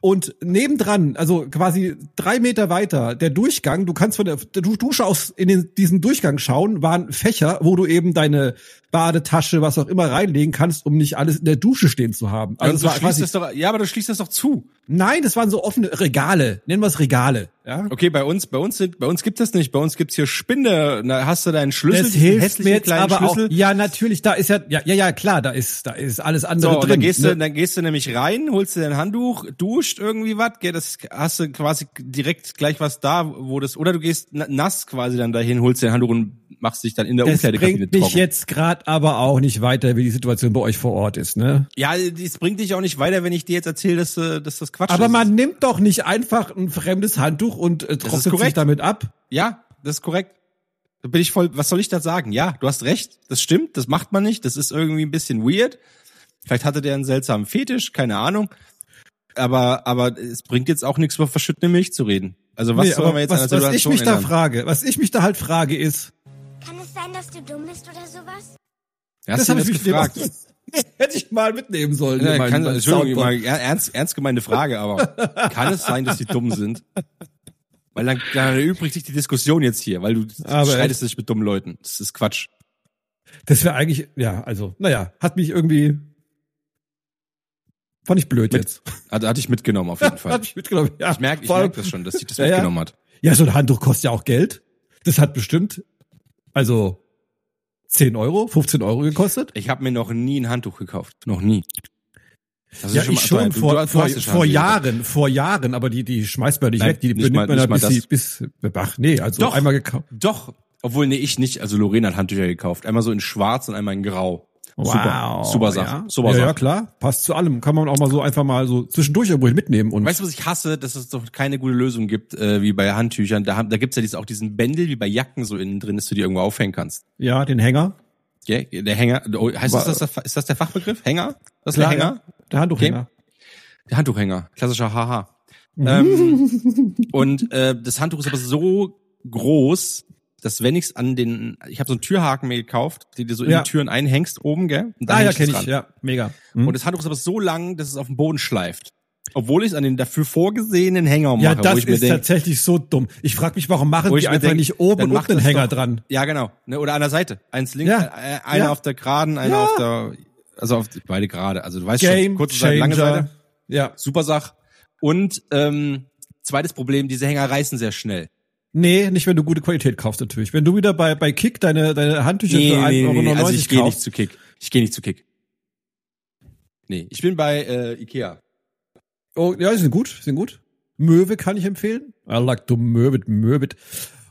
A: Und nebendran, also quasi drei Meter weiter, der Durchgang, du kannst von der, der Du- Dusche aus in den, diesen Durchgang schauen, waren Fächer, wo du eben deine Badetasche, was auch immer reinlegen kannst, um nicht alles in der Dusche stehen zu haben. Also es
B: Also
A: war
B: du schließt
A: quasi,
B: das doch, ja, aber du schließt das doch zu.
A: nein, das waren so offene Regale, nennen wir es Regale, ja.
B: Okay, bei uns, bei uns, sind, bei uns gibt das nicht. Bei uns gibt's hier Spinde. Na, hast du deinen Schlüssel?
A: Das
B: diesen
A: hilft
B: hässlichen
A: mir jetzt
B: kleinen
A: aber auch.
B: Schlüssel?
A: Ja, natürlich, da ist ja, ja, ja, ja, klar, da ist, da ist alles andere
B: So, und
A: drin.
B: dann gehst,
A: ne?
B: du, dann gehst du nämlich rein, holst dir dein Handtuch, duscht irgendwie was, gell, das hast du quasi direkt gleich was da, wo das, oder du gehst na- nass quasi dann dahin, holst dir dein Handtuch und machst dich dann in der
A: Das
B: Umkleidekabine
A: bringt mich
B: trocken.
A: jetzt gerade aber auch nicht weiter, wie die Situation bei euch vor Ort ist, ne?
B: Ja, das bringt dich auch nicht weiter, wenn ich dir jetzt erzähle, dass, äh, dass das Quatsch ist.
A: Aber man nimmt doch nicht einfach ein fremdes Handtuch und äh, trocknet sich
B: korrekt.
A: damit ab.
B: Ja, das ist korrekt. Da bin ich voll, was soll ich da sagen? Ja, du hast recht, das stimmt, das macht man nicht, das ist irgendwie ein bisschen weird. Vielleicht hatte der einen seltsamen Fetisch, keine Ahnung. Aber, aber es bringt jetzt auch nichts, über verschüttene Milch zu reden. Also was
A: Nee,
B: soll
A: aber
B: man jetzt an
A: was,
B: der
A: was ich
B: Situation
A: mich da
B: ändern?
A: frage, was ich mich da halt frage ist,
C: Kann es sein, dass du dumm bist oder sowas?
B: Hast
A: das
B: du
A: habe ich
B: das
A: mich
B: gefragt?
A: gefragt. [LAUGHS] Hätte ich mal mitnehmen sollen.
B: Ja,
A: in meinen-
B: kann,
A: meinen
B: Entschuldigung,
A: Soundboard.
B: mal, ja, ernst, ernst gemeinte Frage, aber
A: [LAUGHS]
B: kann es sein, dass die dumm sind? Weil dann, dann erübrigt sich die Diskussion jetzt hier, weil du
A: Aber-
B: streitest dich mit dummen Leuten. Das ist Quatsch.
A: Das wäre eigentlich, ja, also, naja, hat mich irgendwie, fand ich blöd jetzt. [LAUGHS]
B: Hat, Also, hatte ich mitgenommen auf jeden Fall.
A: Hab ich mitgenommen, ja.
B: Ich merke ich
A: Vor allem-
B: merk das schon, dass sie das
A: [LAUGHS] Ja, ja.
B: mitgenommen hat.
A: Ja, so ein Handtuch kostet ja auch Geld. Das hat bestimmt, also 10 Euro, 15 Euro gekostet.
B: Ich habe mir noch nie ein Handtuch gekauft. Noch nie. Das ist
A: ja, ich schon
B: du- du-
A: vor,
B: du hast
A: vor,
B: es schon
A: vor
B: Handtücher.
A: Jahren, vor Jahren, aber die, die schmeißt man nicht
B: Nein,
A: weg, die
B: nicht
A: benimmt
B: mal-
A: man
B: nicht
A: dann
B: mal
A: bis sie, bis, ach nee, also
B: Doch.
A: einmal gekauft.
B: Doch. Obwohl, nee, ich nicht. Also Lorena hat Handtücher gekauft. Einmal so in schwarz und einmal in grau. Super. Super Sache.
A: Ja.
B: Super
A: ja,
B: Sache.
A: ja, klar, passt zu allem. Kann man auch mal so einfach mal so zwischendurch irgendwo hin mitnehmen und
B: Weißt du, was ich hasse? Dass es doch keine gute Lösung gibt, äh, wie bei Handtüchern. Da, haben- da gibt's ja dieses, auch diesen Bändel, wie bei Jacken so innen drin, dass du die irgendwo aufhängen kannst.
A: ja, den Hänger.
B: Gell? Der Hänger. Oh, heißt
A: War-
B: das, das, der Fa- ist das der Fachbegriff? Hänger? Das ist der Hänger?
A: ja. Der Handtuchhänger.
B: Der Handtuchhänger, klassischer Haha.
A: Mhm.
B: ähm, und äh, das Handtuch ist aber so groß, dass wenn ich's an den, ich habe so einen Türhaken mir gekauft, die du so in
A: Ja.
B: die Türen einhängst oben, gell? Und da
A: Ah
B: häng
A: ja,
B: ich's
A: kenne ich,
B: dran.
A: ja, mega. Mhm.
B: Und das Handtuch ist aber so lang, dass es auf den Boden schleift. Obwohl ich es an den dafür vorgesehenen Hänger mache,
A: ja, das
B: wo ich mir
A: ist
B: denk,
A: tatsächlich so dumm. Ich frage mich, warum machen
B: wo ich
A: die
B: mir
A: einfach
B: denk,
A: nicht oben
B: dann
A: und
B: mach
A: unten den
B: das
A: Hänger
B: doch.
A: dran?
B: ja genau, ne? oder an der Seite, eins links,
A: Ja.
B: äh, äh, einer
A: Ja.
B: auf der geraden, einer
A: Ja.
B: auf der, also auf die, beide gerade. Also du weißt schon,
A: Game
B: kurze
A: Changer.
B: Seite, lange Seite.
A: Ja.
B: Super Sach. Und ähm, zweites Problem, diese Hänger reißen sehr schnell.
A: Nee, nicht wenn du gute Qualität kaufst natürlich. Wenn du wieder bei, bei Kick deine, deine Handtücher für 1,99 Euro
B: also ich gehe nicht
A: kaufst.
B: zu Kick. Ich gehe nicht zu Kick. Nee, ich bin bei äh, Ikea.
A: Oh, ja, die sind gut, die sind gut. Möwe kann ich empfehlen. I like to Möwit, Möwit.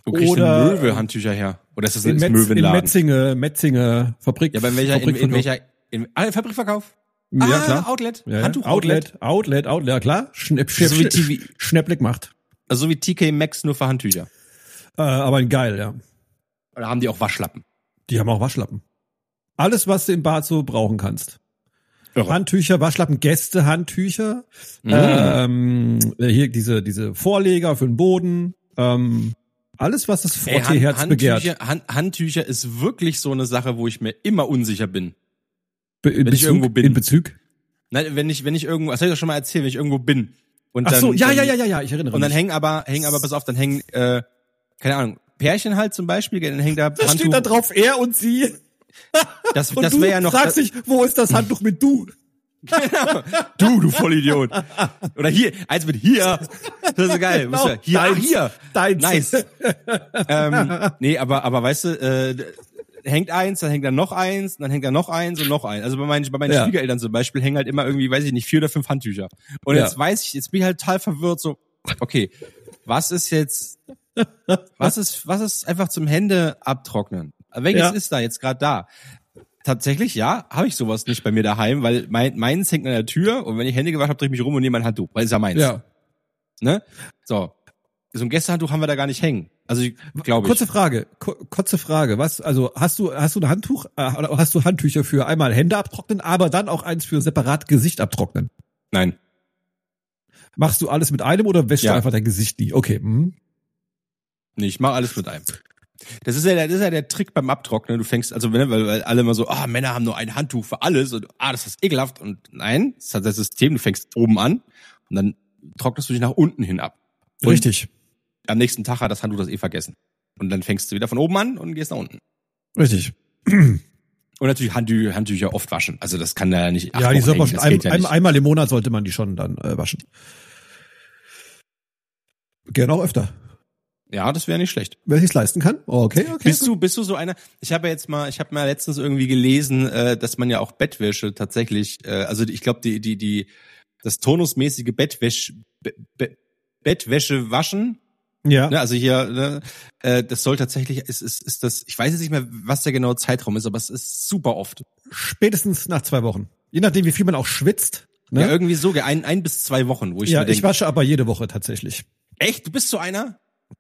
B: Wo kriegst du
A: Oder-
B: Möwe-Handtücher her? Oder ist das ein
A: In,
B: ist
A: Metz,
B: Möwe
A: in
B: ein Laden?
A: Metzinge, Metzinge, Fabrik.
B: Ja, aber in welcher, in, in
A: Fabrikverkauf.
B: welcher, in, ah, Fabrikverkauf?
A: Ja,
B: ah,
A: klar.
B: Outlet.
A: Ja, ja.
B: Handtuch-Outlet.
A: Outlet, Outlet, Outlet, ja klar. Schnipp, schnipp,
B: So wie
A: schnipp,
B: TV.
A: Schnäpplick macht.
B: Also so wie TK Maxx nur für Handtücher.
A: Äh, aber geil, ja.
B: Oder haben die auch Waschlappen?
A: Die haben auch Waschlappen. Alles, was du im Bad so brauchen kannst.
B: Irre.
A: Handtücher, Waschlappen, Gästehandtücher,
B: Mhm.
A: ähm, hier diese, diese Vorleger für den Boden, ähm, alles, was das
B: Ey, Han-
A: Frottee-Herz begehrt.
B: Handtücher, Han, Handtücher ist wirklich so eine Sache, wo ich mir immer unsicher bin.
A: Be in
B: wenn ich irgendwo bin.
A: In Bezug.
B: Nein, wenn ich, wenn ich irgendwo, das hab ich doch schon mal erzählt, wenn ich irgendwo bin. Und
A: Ach
B: dann,
A: so, ja,
B: dann,
A: ja, ja, ja, ja, ich erinnere
B: Und dann
A: mich.
B: hängen aber, hängen aber, pass auf, dann hängen, äh, keine Ahnung, Pärchen halt zum Beispiel, dann hängt da
A: Da steht da drauf er und sie.
B: das,
A: Und
B: das
A: du
B: wäre ja noch,
A: fragst dich, wo ist das Handtuch mit du?
B: du, du Vollidiot. Oder hier, eins
A: [LAUGHS]
B: mit hier. Das ist so geil. Genau. Hier, hier, ah,
A: Deins.
B: hier.
A: Deins.
B: Nice. ähm, nee, aber, aber weißt du, äh, d- hängt eins, dann hängt da noch eins, dann hängt da noch eins und noch eins. Also bei meinen, bei meinen
A: Ja.
B: Schwiegereltern zum Beispiel hängen halt immer irgendwie, weiß ich nicht, vier oder fünf Handtücher. Und
A: Ja.
B: jetzt weiß ich, jetzt bin ich halt total verwirrt, so, okay, was ist jetzt, was ist, was ist einfach zum Hände abtrocknen? Welches
A: Ja.
B: ist da jetzt gerade da? Tatsächlich, ja, habe ich sowas nicht bei mir daheim, weil mein, meins hängt an der Tür und wenn ich Hände gewaschen habe, drehe ich mich rum und nehme mein Handtuch, weil es ist ja meins.
A: Ja.
B: Ne? So. so ein Gästehandtuch haben wir da gar nicht hängen. Also ich glaube ich.
A: Kurze Frage, ku- kurze Frage. Was, also hast du, hast du ein Handtuch, äh, oder hast du Handtücher für einmal Hände abtrocknen, aber dann auch eins für separat Gesicht abtrocknen?
B: Nein.
A: Machst du alles mit einem oder wäschst
B: Ja.
A: du einfach dein Gesicht nie? Okay. Hm.
B: Nee, ich mache alles mit einem. Das ist ja, der- das ist ja der Trick beim Abtrocknen. Du fängst, also wenn, weil, weil alle immer so, ah, Männer haben nur ein Handtuch für alles und ah, das ist ekelhaft. Und nein, das hat das System, du fängst oben an und dann trocknest du dich nach unten hin ab. Und
A: Richtig.
B: Am nächsten Tag hat das Handtuch das eh vergessen. Und dann fängst du wieder von oben an und gehst nach unten.
A: Richtig.
B: Und natürlich Handtü Handtücher oft waschen. Also das kann da ja nicht. acht
A: ja, die
B: Wochen
A: sollte man
B: hängen.
A: schon
B: Das
A: ein,
B: geht ja
A: ein,
B: nicht.
A: einmal im Monat sollte man die schon dann äh, waschen. Gerne auch öfter.
B: Ja, das wäre nicht schlecht.
A: Wer sich's leisten kann. Okay, okay.
B: Bist du, bist du so einer? Ich habe ja jetzt mal, ich habe mal letztens irgendwie gelesen, äh, dass man ja auch Bettwäsche tatsächlich, äh, also ich glaube, die, die, die, das tonusmäßige Bettwäsche, Be Be Bettwäsche waschen,
A: ja.
B: ne, also hier, ne, äh, das soll tatsächlich, ist, ist, ist das, ich weiß jetzt nicht mehr, was der genaue Zeitraum ist, aber es ist super oft.
A: Spätestens nach zwei Wochen. Je nachdem, wie viel man auch schwitzt. Ne?
B: Ja, irgendwie so, ein, ein bis zwei Wochen, wo ich
A: ja,
B: mir
A: ich
B: denke,
A: wasche aber jede Woche tatsächlich.
B: echt, du bist so einer?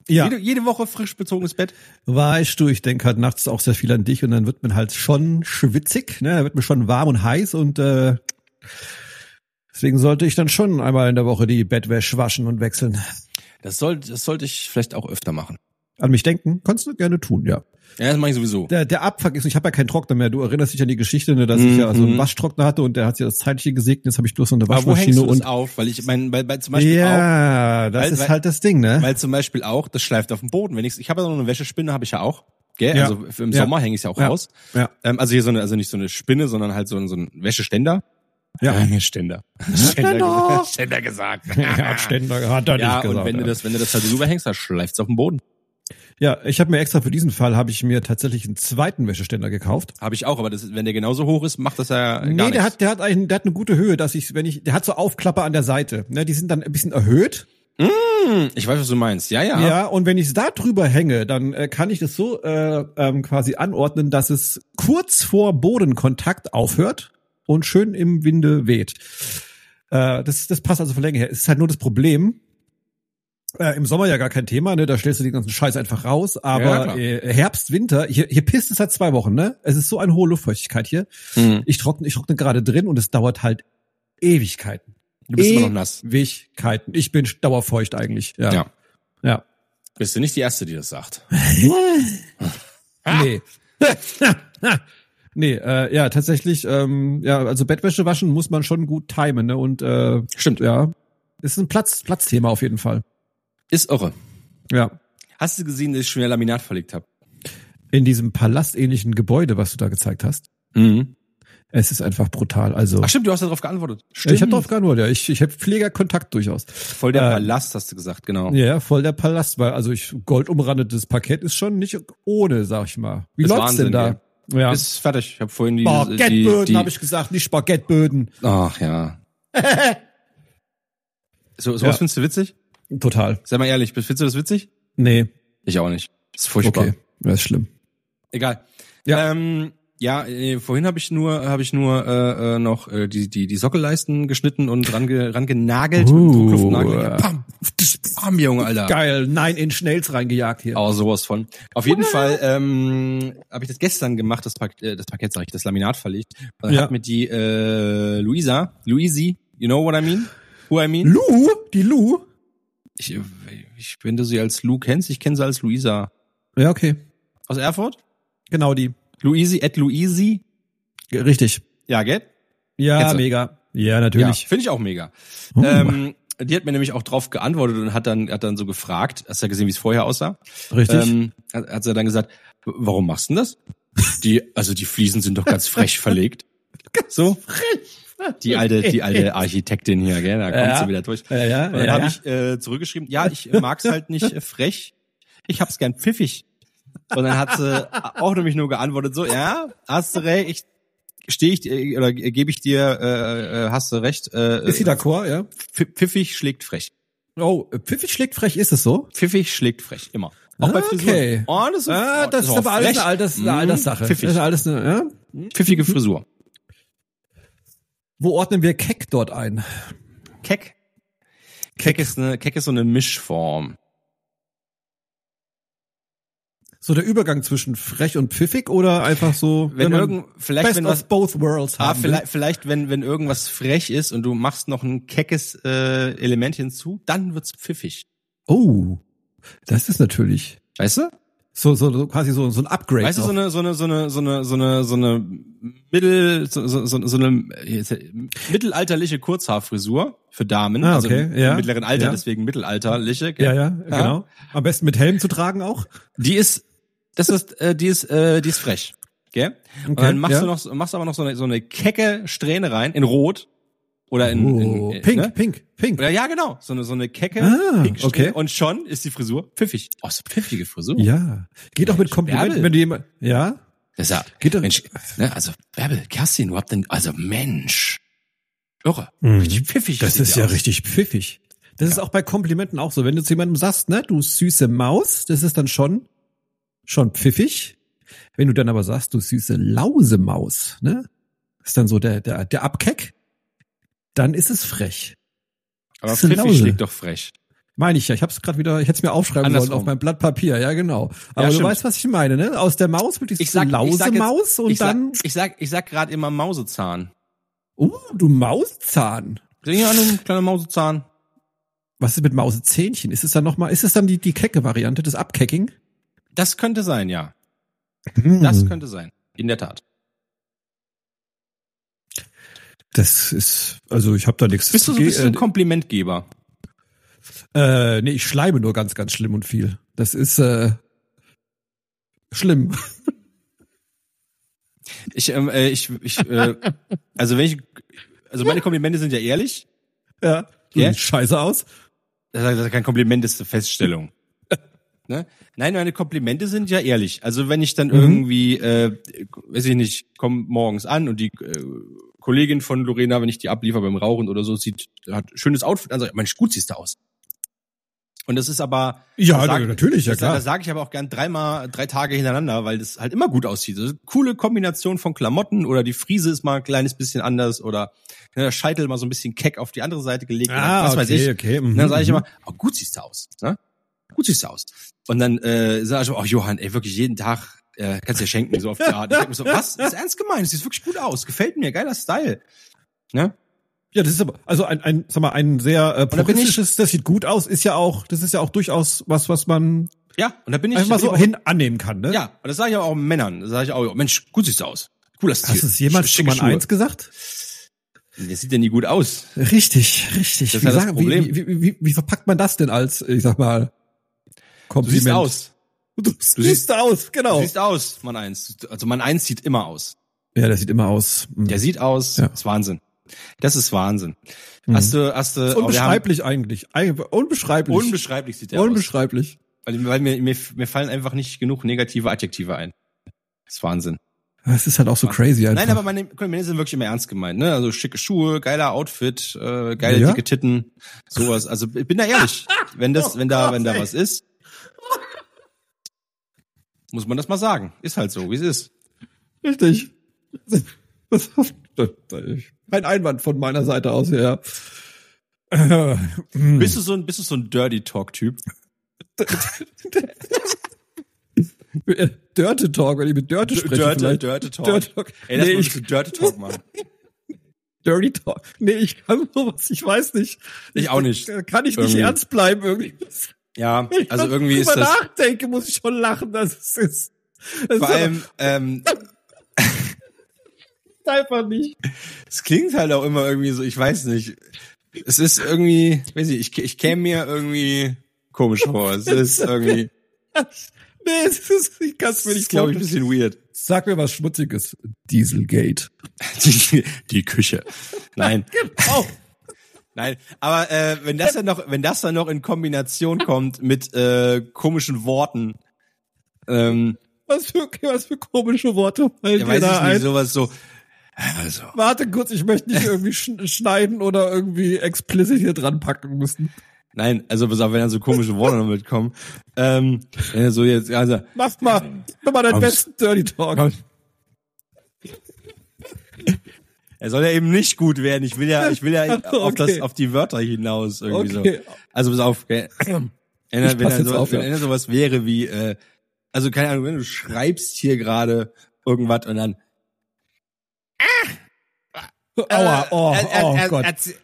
A: Ja,
B: Jede, jede Woche frisch bezogenes Bett?
A: weißt du, ich denke halt nachts auch sehr viel an dich und dann wird man halt schon schwitzig, ne? Da wird man schon warm und heiß und äh, deswegen sollte ich dann schon einmal in der Woche die Bettwäsche waschen und wechseln.
B: Das sollte, das sollte ich vielleicht auch öfter machen.
A: An mich denken, kannst du gerne tun, ja.
B: Ja, das mache ich sowieso.
A: Der, der Abfuck ist, ich habe ja keinen Trockner mehr. Du erinnerst dich an die Geschichte, ne, dass ich ja so einen
B: Mhm.
A: Waschtrockner hatte und der hat ja das Zeitliche gesegnet, jetzt habe ich bloß so eine
B: Aber wo
A: Waschmaschine
B: hängst du das
A: und.
B: auf? Weil ich mein, bei, bei zum Beispiel auch,
A: Ja, das
B: Weil-
A: ist
B: weil-
A: halt das Ding, ne?
B: Weil zum Beispiel auch, das schleift auf dem Boden. Wenn ich's, ich habe ja noch eine Wäschespinne, habe ich ja auch. Gell?
A: Ja.
B: Also im
A: Ja.
B: Sommer hänge ich ja auch
A: Ja.
B: raus. [LAUGHS]
A: Ja.
B: Ähm, also hier so eine, also nicht so eine Spinne, sondern halt so ein, so ein Wäscheständer.
A: Ja.
B: Äh, Ständer.
A: Ständer.
B: Ständer gesagt.
A: [LAUGHS] Er hat Ständer, hat er
B: ja,
A: nicht gesagt.
B: und wenn du
A: ja.
B: das, wenn du das halt drüber hängst, dann schleift's auf dem Boden.
A: ja, ich habe mir extra für diesen Fall habe ich mir tatsächlich einen zweiten Wäscheständer gekauft.
B: Habe ich auch, aber das, wenn der genauso hoch ist, macht das ja
A: Nee,
B: Äh, gar nichts.
A: der hat, der hat eigentlich, der hat eine gute Höhe, dass ich, wenn ich, der hat so Aufklapper an der Seite. Ne, die sind dann ein bisschen erhöht.
B: Hm, ich weiß, was du meinst. Ja, ja.
A: Ja, und wenn ich es da drüber hänge, dann äh, kann ich das so äh, ähm, quasi anordnen, dass es kurz vor Bodenkontakt aufhört und schön im Winde weht. Äh, das, das passt also von Länge her. Es ist halt nur das Problem. Äh, Im Sommer ja gar kein Thema, ne? Da stellst du den ganzen Scheiß einfach raus.
B: Ja,
A: Aber
B: klar.
A: äh, Herbst, Winter, hier, hier pisst es halt zwei Wochen, ne? Es ist so eine hohe Luftfeuchtigkeit hier.
B: Hm.
A: Ich trockne, ich trockne gerade drin und es dauert halt Ewigkeiten.
B: Du bist immer noch nass.
A: Ewigkeiten. Ich bin dauerfeucht eigentlich. Ja.
B: Ja. [LAUGHS]
A: ja.
B: Bist du nicht die Erste, die das sagt? Ah.
A: Nee. [LAUGHS] nee, äh, ja, tatsächlich, ähm, ja, also Bettwäsche waschen muss man schon gut timen, ne? Und äh,
B: Stimmt.
A: ja, ist ein Platz, Platzthema auf jeden Fall.
B: Ist irre.
A: Ja.
B: Hast du gesehen, dass ich schon wieder Laminat verlegt habe?
A: In diesem palastähnlichen Gebäude, was du da gezeigt hast.
B: Mhm.
A: Es ist einfach brutal. Also
B: Ach stimmt, du hast darauf geantwortet.
A: ich habe drauf geantwortet, ja. Ich, ich habe Pflegerkontakt durchaus.
B: Voll der
A: Äh,
B: Palast, hast du gesagt, genau.
A: Ja, voll der Palast, weil also ich goldumrandetes Parkett ist schon nicht ohne, sag ich mal. Wie
B: Ist
A: läuft's denn da?
B: Wahnsinn,
A: Ja.
B: Ist fertig. Ich habe vorhin die, äh, die,
A: Baguetteböden,
B: die
A: habe ich gesagt, nicht Baguetteböden.
B: Ach ja. [LAUGHS] so, sowas
A: Ja.
B: findest du witzig?
A: Total.
B: Sei mal ehrlich, findest du das witzig?
A: Nee,
B: Ich auch nicht. Ist furchtbar.
A: okay. Das ist schlimm.
B: Egal.
A: Ja.
B: Ja, ähm, ja äh, vorhin habe ich nur habe ich nur äh, äh, noch äh, die die die Sockelleisten geschnitten und ran ge, ran genagelt mit
A: Uh.
B: dem Druckluftnagel. Pam, pam, Junge, Alter.
A: Geil, nein in Schnells reingejagt hier.
B: Aber sowas von. Auf jeden Fall ähm, habe ich das gestern gemacht, das, Pak äh, das Parkett, sag ich, das Laminat verlegt. Dann
A: Ja.
B: hat mir die äh, Luisa, Luisi, you know what I mean? Who I mean?
A: Lou, die Lou.
B: Ich, äh, ich, wenn du sie als Lou kennst, ich kenne sie als Luisa.
A: Ja, okay.
B: Aus Erfurt?
A: Genau die.
B: Luisi, at Luisi?
A: Richtig.
B: Ja, gell?
A: Ja,
B: Kennst du?
A: mega. Ja,
B: Ja, Finde ich auch mega.
A: Oh.
B: Ähm, die hat mir nämlich auch drauf geantwortet und hat dann, hat dann so gefragt, hast du ja gesehen, wie es vorher aussah?
A: Richtig.
B: Ähm, hat, hat sie dann gesagt, "W- warum machst du denn das? Die, also die Fliesen sind doch ganz
A: [LAUGHS]
B: frech verlegt. So, die alte, die alte Architektin hier, gell, da kommt
A: Ja.
B: sie wieder durch.
A: ja, ja,
B: Und dann habe ich äh, zurückgeschrieben, ja, ich mag's halt nicht äh, frech, ich hab's gern pfiffig. Und dann hat sie auch nämlich nur geantwortet, so, ja, hast du recht, ich stehe ich dir- oder gebe ich dir, äh, äh, hast du recht, äh,
A: ist sie
B: äh,
A: d'accord, ja?
B: pf- pfiffig schlägt frech.
A: Oh, pfiffig schlägt frech, ist es so?
B: Pfiffig schlägt frech, immer. Auch bei Frisuren.
A: Okay.
B: Oh, das ist,
A: Ah,
B: oh,
A: das ist
B: auch
A: aber alles
B: frech.
A: eine, Alters, eine
B: Mm,
A: Alterssache. Das
B: Pfiffig.
A: ist alles eine, ja?
B: Pfiffige Frisur.
A: Wo ordnen wir Keck dort ein?
B: Keck. Keck ist, eine, Keck ist so eine Mischform.
A: So der Übergang zwischen frech und pfiffig oder einfach so,
B: Wenn
A: man
B: irgend- vielleicht,
A: best
B: wenn
A: of
B: was-
A: both worlds
B: Ah,
A: haben will?
B: vielleicht, vielleicht wenn, wenn irgendwas frech ist und du machst noch ein keckes äh, Element hinzu, dann wird's pfiffig.
A: Oh, das ist natürlich
B: Weißt du?
A: so, so, so quasi so, so ein Upgrade.
B: Weißt du, so
A: noch.
B: eine, so eine, so eine, so eine, so eine, so eine Mittel, so, so, so so eine jetzt, äh, mittelalterliche Kurzhaarfrisur für Damen,
A: Ah,
B: also
A: okay,
B: im
A: ja,
B: mittleren Alter,
A: ja.
B: deswegen mittelalterliche. gell?
A: ja, ja, genau. Am besten mit Helm zu tragen auch.
B: Die ist, das ist, äh, die ist, äh, die ist frech, gell? und
A: Okay,
B: dann machst
A: ja.
B: du noch, so- machst aber noch so eine, so eine kecke Strähne rein in Rot oder in,
A: Oh,
B: in äh,
A: pink,
B: ne?
A: pink, pink.
B: Ja, ja, genau. So eine, so eine kecke
A: Ah,
B: Pinksträhne.
A: okay.
B: Und schon ist die Frisur pfiffig. Oh, so pfiffige Frisur.
A: Ja. Geht auch mit Komplimenten,
B: Bärbel.
A: wenn du jemand, ja?
B: Das ist ja,
A: Geht doch-
B: Mensch, ne, also Bärbel, Kerstin, du habt denn, also Mensch. Irre.
A: Mhm.
B: Richtig pfiffig.
A: Das
B: sieht
A: ist
B: die
A: ja
B: aus.
A: richtig pfiffig. Das ist auch bei Komplimenten auch so. Wenn du zu jemandem sagst, ne, du süße Maus, das ist dann schon, schon pfiffig. Wenn du dann aber sagst, du süße Lausemaus, ne, ist dann so der, der, der Abkeck, dann ist es frech.
B: Aber
A: Das ist eine
B: pfiffig
A: Lause.
B: schlägt doch frech.
A: Meine ich ja. Ich hab's gerade wieder, ich hätte es mir aufschreiben
B: Andersrum.
A: sollen auf meinem Blatt Papier. Ja, genau. Aber du
B: stimmt.
A: weißt, was ich meine, ne? Aus der Maus wird die
B: Ich sag- ich sag jetzt-
A: Lausemaus und
B: ich
A: dann,
B: sag, ich sag, ich sag gerade immer Mausezahn.
A: oh, du Mauszahn.
B: Ja, ein kleiner Mausezahn.
A: Was ist mit Mausezähnchen? Ist es dann nochmal, ist es dann die, die kecke Variante des Abkecking?
B: Das könnte sein, ja.
A: Hm.
B: Das könnte sein. In der Tat.
A: Das ist, also ich habe da nichts.
B: Bist du so
A: zu
B: ein
A: ge-
B: bisschen Komplimentgeber?
A: äh, äh, nee, ich schleime nur ganz, ganz schlimm und viel. Das ist äh, schlimm.
B: Ich, ähm, äh, ich, ich, äh, also wenn ich, also meine Komplimente sind ja ehrlich.
A: [LAUGHS] ja. Du
B: Ja.
A: siehst scheiße aus.
B: Das ist ja kein Kompliment, das ist eine [LAUGHS] Feststellung. ne? Nein, meine Komplimente sind ja ehrlich. Also wenn ich dann irgendwie, äh, weiß ich nicht, komme morgens an und die äh, Kollegin von Lorena, wenn ich die abliefer beim Rauchen oder so, sieht, hat schönes Outfit an, sagt, Mensch, gut siehst du aus. Und das ist aber,
A: Ja,
B: das sag-
A: natürlich, ja
B: das,
A: klar.
B: Das sage ich aber auch gern dreimal, drei Tage hintereinander, weil das halt immer gut aussieht. Das ist eine coole Kombination von Klamotten oder die Friese ist mal ein kleines bisschen anders oder ne, der Scheitel mal so ein bisschen keck auf die andere Seite gelegt. oder was weiß ich.
A: okay.
B: Und
A: Mhm.
B: dann sage ich immer, oh, gut siehst du aus. Ne? Gut siehst du aus. Und dann äh, sage ich, oh Johann, ey, wirklich jeden Tag äh, kannst du dir
A: [LAUGHS]
B: schenken, so auf die Art. Ich denk mir so, was? Das ist ernst gemeint, das sieht wirklich gut aus. Gefällt mir, geiler Style. Ne?
A: Ja, das ist aber, also ein, ein sag mal, ein sehr äh,
B: da bin ich-
A: puristisches, das sieht gut aus, ist ja auch, das ist ja auch durchaus was, was man
B: Ja, und da bin ich
A: einfach mal so
B: lieber-
A: hin annehmen kann, ne?
B: Ja, und das sage ich aber auch Männern. Das sage ich auch, Mensch, gut siehst du aus. Cooler Stil.
A: Hast du es jemals schon
B: Schicke
A: mal
B: Schuhe.
A: eins gesagt?
B: Das sieht ja nie gut aus.
A: Richtig, richtig.
B: Das ist
A: wie,
B: ja das
A: sagen-
B: Problem.
A: Wie, wie, wie, wie, wie verpackt man das denn als, ich sag mal,
B: Du siehst
A: Kompliment?
B: aus.
A: Du siehst aus,
B: Du
A: genau.
B: siehst aus, Mann eins. Also Mann eins sieht immer aus.
A: Ja, der sieht immer aus. Mhm.
B: Der sieht aus.
A: Ja.
B: Das ist Wahnsinn. Das ist Wahnsinn.
A: Mhm.
B: Hast du, hast du,
A: ist
B: oh, wir haben-
A: unbeschreiblich eigentlich. Eig- Unbeschreiblich.
B: unbeschreiblich sieht der aus.
A: unbeschreiblich.
B: Weil, weil mir, mir, mir fallen einfach nicht genug negative Adjektive ein. Das ist Wahnsinn.
A: Das ist halt auch so crazy einfach.
B: Nein, aber meine Komplimente sind wirklich immer ernst gemeint. Ne? Also schicke Schuhe, geiler Outfit, äh, geile
A: Ja.
B: dicke Titten, sowas. Also ich bin da ehrlich.
A: [LAUGHS]
B: Wenn das, wenn
A: Oh
B: da, wenn da was ist, muss man das mal sagen. Ist halt so, wie es ist.
A: richtig. Das, das, [LAUGHS] ein Einwand von meiner Seite aus, ja. [LAUGHS] Äh, mm.
B: Bist du so ein, bist du so ein Dirty Talk Typ?
A: Äh, Dirty Talk, wenn ich mit Dirty spreche vielleicht.
B: Dirty Talk.
A: Dirty Talk.
B: Ey, lass
A: Nee,
B: mal ein
A: ich-
B: bisschen Dirty
A: [LAUGHS]
B: Talk machen.
A: Dirty Talk. Nee, ich kann sowas, ich weiß nicht.
B: Ich auch nicht.
A: Kann ich nicht
B: Irgendwie.
A: ernst bleiben irgendwie.
B: Ja,
A: Wenn ich
B: also irgendwie ist
A: drüber
B: das.
A: nachdenke, muss ich schon lachen, dass es ist. Das
B: Vor
A: ist
B: allem, ähm,
A: einfach nicht.
B: es klingt halt auch immer irgendwie so, ich weiß nicht. Es ist irgendwie, weiß ich, ich, ich käme mir irgendwie komisch vor. Es
A: [LAUGHS]
B: ist irgendwie.
A: Nee, es ist, ich kann es mir nicht
B: Das ist, glaube ich,
A: glauben.
B: ein bisschen weird.
A: Sag mir was Schmutziges. Dieselgate.
B: Die, die Küche. Nein,
A: Oh,
B: nein. Aber äh, wenn das dann noch, wenn das dann noch in Kombination kommt mit äh, komischen Worten, ähm,
A: was für, was für komische Worte fallen
B: ja,
A: dir
B: weiß
A: da
B: ich
A: ein?
B: nicht, sowas so. Also,
A: Warte kurz, ich möchte nicht irgendwie schn- schneiden oder irgendwie explicit hier dran packen müssen.
B: nein, also pass auf, wenn dann so komische Worte noch mitkommen. Ähm, wenn er so jetzt, also,
A: Mach mal, mach mal deinen
B: Komm's.
A: besten Dirty Talk.
B: er soll ja eben nicht gut werden. Ich will ja, ich will ja
A: Ach so,
B: auf
A: [LAUGHS]
B: das,
A: okay.
B: auf die Wörter hinaus irgendwie
A: Okay.
B: so. Also pass auf, gell. Wenn, er, wenn,
A: pass
B: er
A: jetzt
B: sowas,
A: auf, ja.
B: wenn er sowas wäre wie, äh, Also keine Ahnung, wenn du schreibst hier gerade irgendwas und dann
A: Aua, oh,
D: Äh, äh,
A: oh
D: äh, [LAUGHS]
A: Gott.
D: erzie-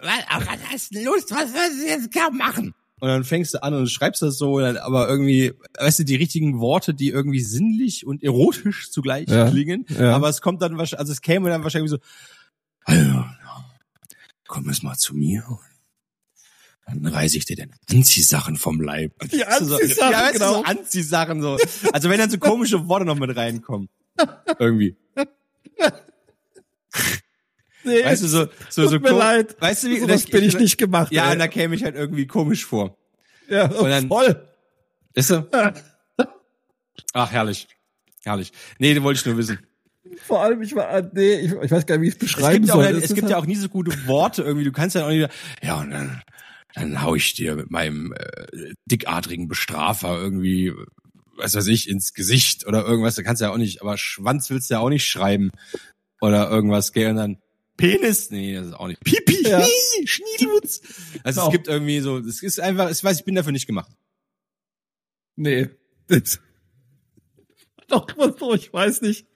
D: was, aber was ist denn los? Was willst du jetzt kaum machen?
B: und dann fängst du an und schreibst das so, und dann aber irgendwie, weißt du, die richtigen Worte, die irgendwie sinnlich und erotisch zugleich
A: Ja,
B: klingen,
A: ja.
B: aber es kommt dann wahrscheinlich, also es käme dann wahrscheinlich so, hallo, komm jetzt mal zu mir. Dann reiße ich dir den Anziehsachen vom Leib.
A: Die
B: so,
A: Anziehsachen,
B: ja, weißt du,
A: genau.
B: so Anziehsachen, so. Also wenn dann so komische Worte noch mit reinkommen. Irgendwie.
A: Nee,
B: Weißt du, so, so, so
A: tut mir
B: ko-
A: leid.
B: Weißt du, wie, äh,
A: sowas bin ich nicht gemacht.
B: Ja,
A: ey.
B: und da käme ich halt irgendwie komisch vor.
A: ja
B: dann-
A: voll.
B: Ist er? [LAUGHS] Ach, herrlich. Herrlich. Nee, den wollte ich nur wissen.
A: Vor allem, ich war, nee, ich, ich weiß gar nicht, wie ich es
B: Es
A: beschreiben
B: gibt, ja auch,
A: soll. Das
B: es
A: ist
B: gibt
A: halt-
B: ja auch nie so gute Worte irgendwie. Du kannst ja auch nicht, ja, und dann, dann hau ich dir mit meinem äh, dickadrigen Bestrafer irgendwie, was weiß ich, ins Gesicht oder irgendwas. Da kannst du ja auch nicht, aber Schwanz willst du ja auch nicht schreiben oder irgendwas, gell? Und dann Penis? Nee, das ist auch nicht. Pipi,
A: Ja.
B: Schniedelwutz. Also es
A: Genau.
B: gibt irgendwie so, es ist einfach, ich weiß, ich bin dafür nicht gemacht.
A: Nee. [LAUGHS] Das- Doch, was so, ich weiß nicht.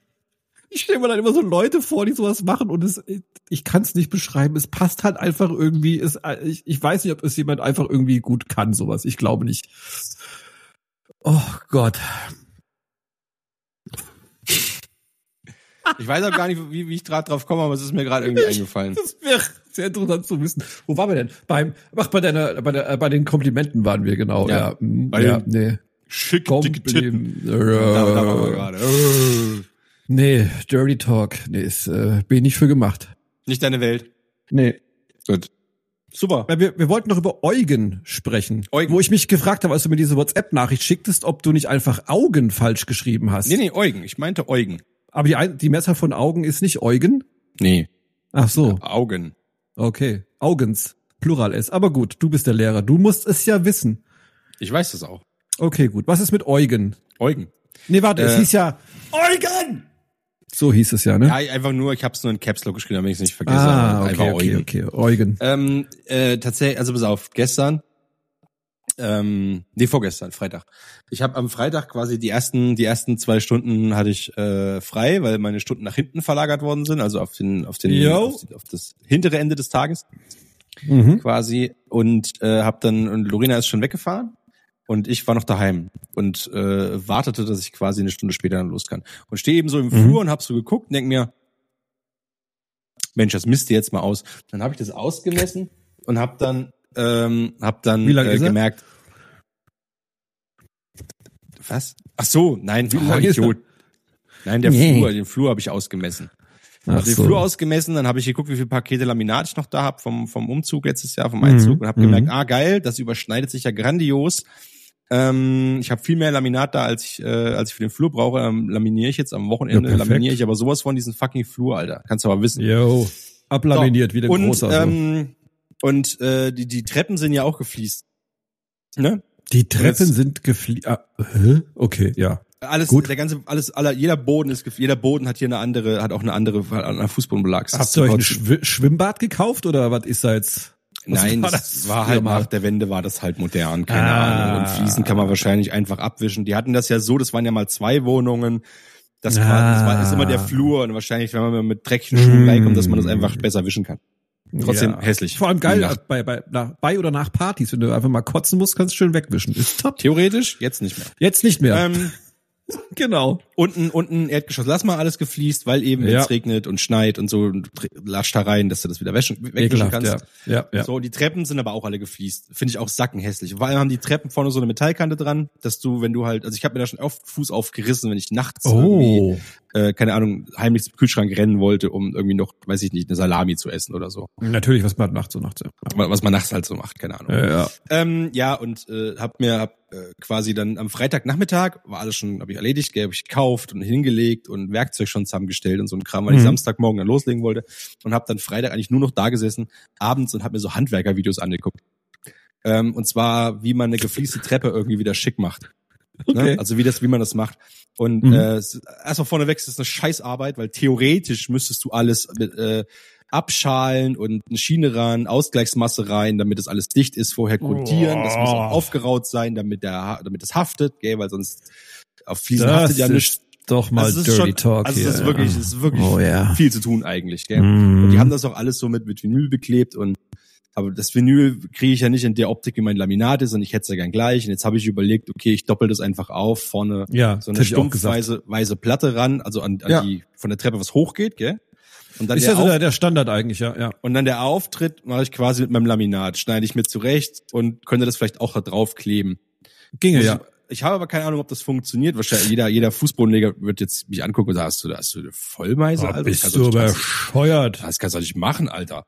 A: Ich stelle mir dann immer so Leute vor, die sowas machen und es, ich kann es nicht beschreiben. Es passt halt einfach irgendwie. Es, ich, ich weiß nicht, ob es jemand einfach irgendwie gut kann, sowas. Ich glaube nicht. Oh Gott.
B: Ich weiß auch gar nicht, wie, wie ich grad drauf komme, aber es ist mir gerade [LAUGHS] irgendwie eingefallen.
A: Das wäre sehr interessant zu wissen. Wo waren wir denn? Beim, ach, bei deiner, bei der, äh, bei den Komplimenten waren wir genau.
B: Ja.
A: Ja, ja. mm,
B: Bei
A: ja
B: den
A: nee.
B: Schick,
A: Komplimenten.
B: Da, da
A: Äh.
B: waren wir gerade. Äh.
A: Nee, Dirty Talk. Nee, ist, äh, bin ich nicht für gemacht.
B: Nicht deine Welt.
A: Nee.
B: Gut. Super.
A: Weil wir, wir wollten noch über Eugen sprechen.
B: Eugen.
A: Wo ich mich gefragt habe, als du mir diese WhatsApp-Nachricht schicktest, ob du nicht einfach Augen falsch geschrieben hast.
B: Nee, nee, Eugen. Ich meinte Eugen.
A: Aber die, ein- die Messer von Augen ist nicht Eugen.
B: Nee.
A: Ach so,
B: Augen.
A: okay. Augens. Plural S. Aber gut, du bist der Lehrer. Du musst es ja wissen.
B: Ich weiß das auch.
A: Okay, gut. Was ist mit Eugen?
B: Eugen.
A: Nee, warte,
B: Äh.
A: es hieß ja.
B: Eugen!
A: So hieß es ja, ne?
B: Ja, einfach nur, ich hab's nur in Caps Lock geschrieben, damit ich's nicht vergesse.
A: ah,
B: aber
A: okay, okay, okay. Eugen.
B: Ähm, äh, tatsächlich, also pass auf, gestern, ähm, nee, vorgestern, Freitag. Ich habe am Freitag quasi die ersten, die ersten zwei Stunden hatte ich äh, frei, weil meine Stunden nach hinten verlagert worden sind, also auf den, auf den,
A: Jo.
B: auf, auf das hintere Ende des Tages
A: Mhm.
B: quasi und äh, hab dann und Lorena ist schon weggefahren und ich war noch daheim und äh, wartete, dass ich quasi eine Stunde später dann los kann und stehe eben so
A: Mhm.
B: im Flur und hab so geguckt und denk mir Mensch, das misst ihr jetzt mal aus. Dann habe ich das ausgemessen und hab dann ähm, hab dann
A: Wie lang
B: äh,
A: ist er?
B: gemerkt Was? Ach so, nein, wie
A: Oh,
B: lang
A: ist er?
B: Idiot. Nein, der
A: Nee.
B: Flur, den Flur habe ich ausgemessen.
A: Ach
B: Also den
A: so.
B: Flur ausgemessen, dann habe ich geguckt, wie viele Pakete Laminat ich noch da habe vom, vom Umzug letztes Jahr, vom Einzug und habe
A: Mhm.
B: gemerkt, ah geil, das überschneidet sich ja grandios. Ähm, ich habe viel mehr Laminat da, als ich, äh, als ich für den Flur brauche. Ähm, laminiere ich jetzt am Wochenende,
A: Ja, perfekt.
B: laminiere ich aber sowas von diesen fucking Flur, Alter. Kannst du aber wissen.
A: Yo. Ablaminiert, wie der
B: und,
A: Großer. so.
B: Ähm, und äh, die, die Treppen sind ja auch gefliest. Ne?
A: die
B: jetzt-
A: Treppen sind gefliegt. Ah, hä? okay, ja.
B: Alles,
A: Gut.
B: der ganze, alles, aller, jeder Boden ist, gef- jeder Boden hat hier eine andere, hat auch eine andere, hat einen anderen Fußbodenbelag. Das ist
A: Habt
B: zu
A: ihr euch ein
B: kotzen.
A: Schw Schwimmbad gekauft oder was ist da jetzt? Was
B: Nein,
A: war
B: das
A: das
B: war halt
A: früher mal?
B: nach der Wende war das halt modern, keine
A: Ah.
B: Ahnung. Und Fliesen kann man wahrscheinlich einfach abwischen. Die hatten das ja so, das waren ja mal zwei Wohnungen. Das, war,
A: Ah.
B: das war das ist immer der Flur und wahrscheinlich, wenn man mit dreckigen Schuhen
A: Mm.
B: reinkommt, dass man das einfach besser wischen kann. Trotzdem
A: Ja.
B: hässlich.
A: Vor allem geil äh,
B: Nach-
A: bei, bei, nach, bei oder nach Partys, wenn du einfach mal kotzen musst, kannst du schön wegwischen. Ist top.
B: Theoretisch, jetzt nicht mehr.
A: Jetzt nicht mehr.
B: Ähm,
A: genau.
B: unten, unten Erdgeschoss. Lass mal alles gefliest, weil eben, wenn
A: Ja.
B: es regnet und schneit und so, und lasch da rein, dass du das wieder wäschen, wegwischen kannst.
A: ja. Ja, ja.
B: So, die Treppen sind aber auch alle gefliest. Finde ich auch sackenhässlich. Vor allem haben die Treppen vorne so eine Metallkante dran, dass du, wenn du halt, also ich habe mir da schon oft Fuß aufgerissen, wenn ich nachts
A: Oh.
B: irgendwie, äh, keine Ahnung, heimlich zum Kühlschrank rennen wollte, um irgendwie noch, weiß ich nicht, eine Salami zu essen oder so.
A: Natürlich, was man nachts so nachts. Ja.
B: Wa- Was man nachts halt so macht, keine Ahnung.
A: Ja, ja.
B: Ähm, ja, und äh, hab mir hab, äh, quasi dann am Freitagnachmittag, war alles schon, habe ich erledigt, gell, hab ich gekauft und hingelegt und Werkzeug schon zusammengestellt und so ein Kram, weil ich
A: Mhm.
B: Samstagmorgen dann loslegen wollte und hab dann Freitag eigentlich nur noch da gesessen, abends und hab mir so Handwerkervideos angeguckt. Ähm, und zwar, wie man eine geflieste Treppe irgendwie wieder schick macht.
A: Okay.
B: Ne? Also wie das, wie man das macht. Und
A: Mhm.
B: äh, es- erstmal vorneweg, es ist eine Scheißarbeit, weil theoretisch müsstest du alles mit, äh, abschalen und eine Schiene ran, Ausgleichsmasse rein, damit das alles dicht ist, vorher grundieren, das muss auch
A: Oh.
B: aufgeraut sein, damit der, Ha- damit es haftet, gell, weil sonst auf Fliesen
A: Das
B: haftet ja nichts.
A: ist doch mal
B: Also es ist
A: Dirty
B: schon-
A: Talk
B: Also
A: hier.
B: es ist wirklich, es ist wirklich
A: Oh, ja.
B: viel zu tun eigentlich, gell.
A: Mhm.
B: Und die haben das auch alles so mit, mit Vinyl beklebt und aber das Vinyl kriege ich ja nicht in der Optik, wie mein Laminat ist und ich hätte es ja gern gleich. Und jetzt habe ich überlegt, okay, ich doppel das einfach auf, vorne
A: ja,
B: so
A: das
B: eine
A: hätte ich auch gesagt.
B: stumpfweise weiße Platte ran, also an, an
A: Ja.
B: die von der Treppe was hochgeht, gell? Und dann,
A: Ist
B: der,
A: ja so
B: Auf-
A: der, der Standard eigentlich, ja, ja.
B: und dann der Auftritt mache ich quasi mit meinem Laminat, schneide ich mir zurecht und könnte das vielleicht auch da drauf kleben.
A: Ginge,
B: Muss
A: ja.
B: Ich, ich habe aber keine Ahnung, ob das funktioniert. Wahrscheinlich jeder, jeder Fußbodenleger wird jetzt mich angucken und sagen, hast du da, hast du eine Vollmeise?
A: Boah,
B: Alter?
A: Ah,
B: Also Das
A: Oh, bist
B: kannst
A: du
B: doch nicht-
A: bescheuert.
B: Das kannst du doch nicht machen, Alter.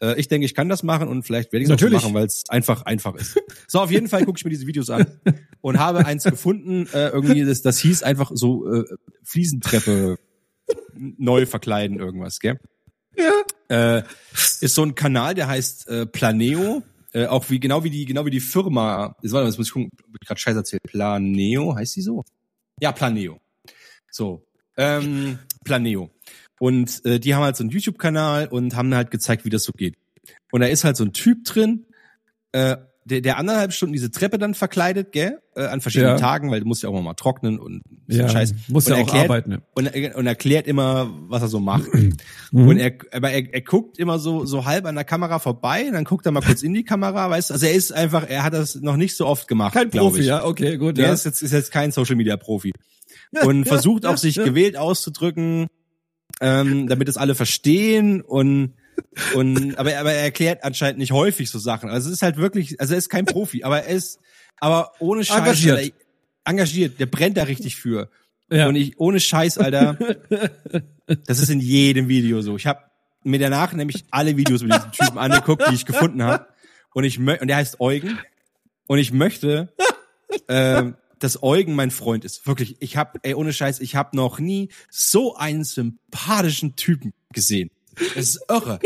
B: Äh, ich denke, ich kann das machen und vielleicht werde ich es auch so
A: Natürlich.
B: machen, weil es einfach einfach ist. So, auf jeden Fall gucke ich mir diese Videos an und habe eins gefunden, äh, irgendwie, das, das hieß einfach so äh, Fliesentreppe neu verkleiden, irgendwas, gell? Ja. Äh, ist so ein Kanal, der heißt äh, Planeo. Äh, auch wie genau wie die genau wie die Firma. Jetzt, warte mal, jetzt muss ich gucken, hab ich gerade Scheiß erzählt. Planeo heißt die so? Ja, Planeo. So, ähm, Planeo. Und äh, die haben halt so einen YouTube-Kanal und haben halt gezeigt, wie das so geht. Und da ist halt so ein Typ drin, äh, der, der anderthalb Stunden diese Treppe dann verkleidet, gell? Äh, an verschiedenen
A: Ja.
B: Tagen, weil du musst ja auch mal, mal trocknen und so
A: Ja,
B: Scheiß.
A: muss
B: und
A: ja auch
B: erklärt,
A: arbeiten. ja.
B: Und, er- und erklärt immer, was er so macht.
A: Mhm.
B: Und er, aber er, er guckt immer so, so halb an der Kamera vorbei und dann guckt er mal kurz in die Kamera, weißt du? Also er ist einfach, er hat das noch nicht so oft gemacht.
A: Kein
B: glaub
A: Profi,
B: ich.
A: ja, okay, gut.
B: Der
A: Ja.
B: ist jetzt, ist jetzt kein Social Media Profi.
A: [LAUGHS]
B: Und versucht auch sich gewählt auszudrücken, ähm, damit es alle verstehen und, und, aber, aber er erklärt anscheinend nicht häufig so Sachen. Also es ist halt wirklich, also er ist kein Profi, aber er ist, aber ohne Scheiß.
A: Engagiert.
B: Alter, engagiert, der brennt da richtig für.
A: Ja.
B: Und ich, ohne Scheiß, Alter, das ist in jedem Video so. Ich habe mir danach nämlich alle Videos mit diesem Typen angeguckt, die ich gefunden habe. Und ich mö- und der heißt Eugen. Und ich möchte, ähm, dass Eugen mein Freund ist. Wirklich, ich habe, ey, ohne Scheiß, ich habe noch nie so einen sympathischen Typen gesehen. Das ist irre.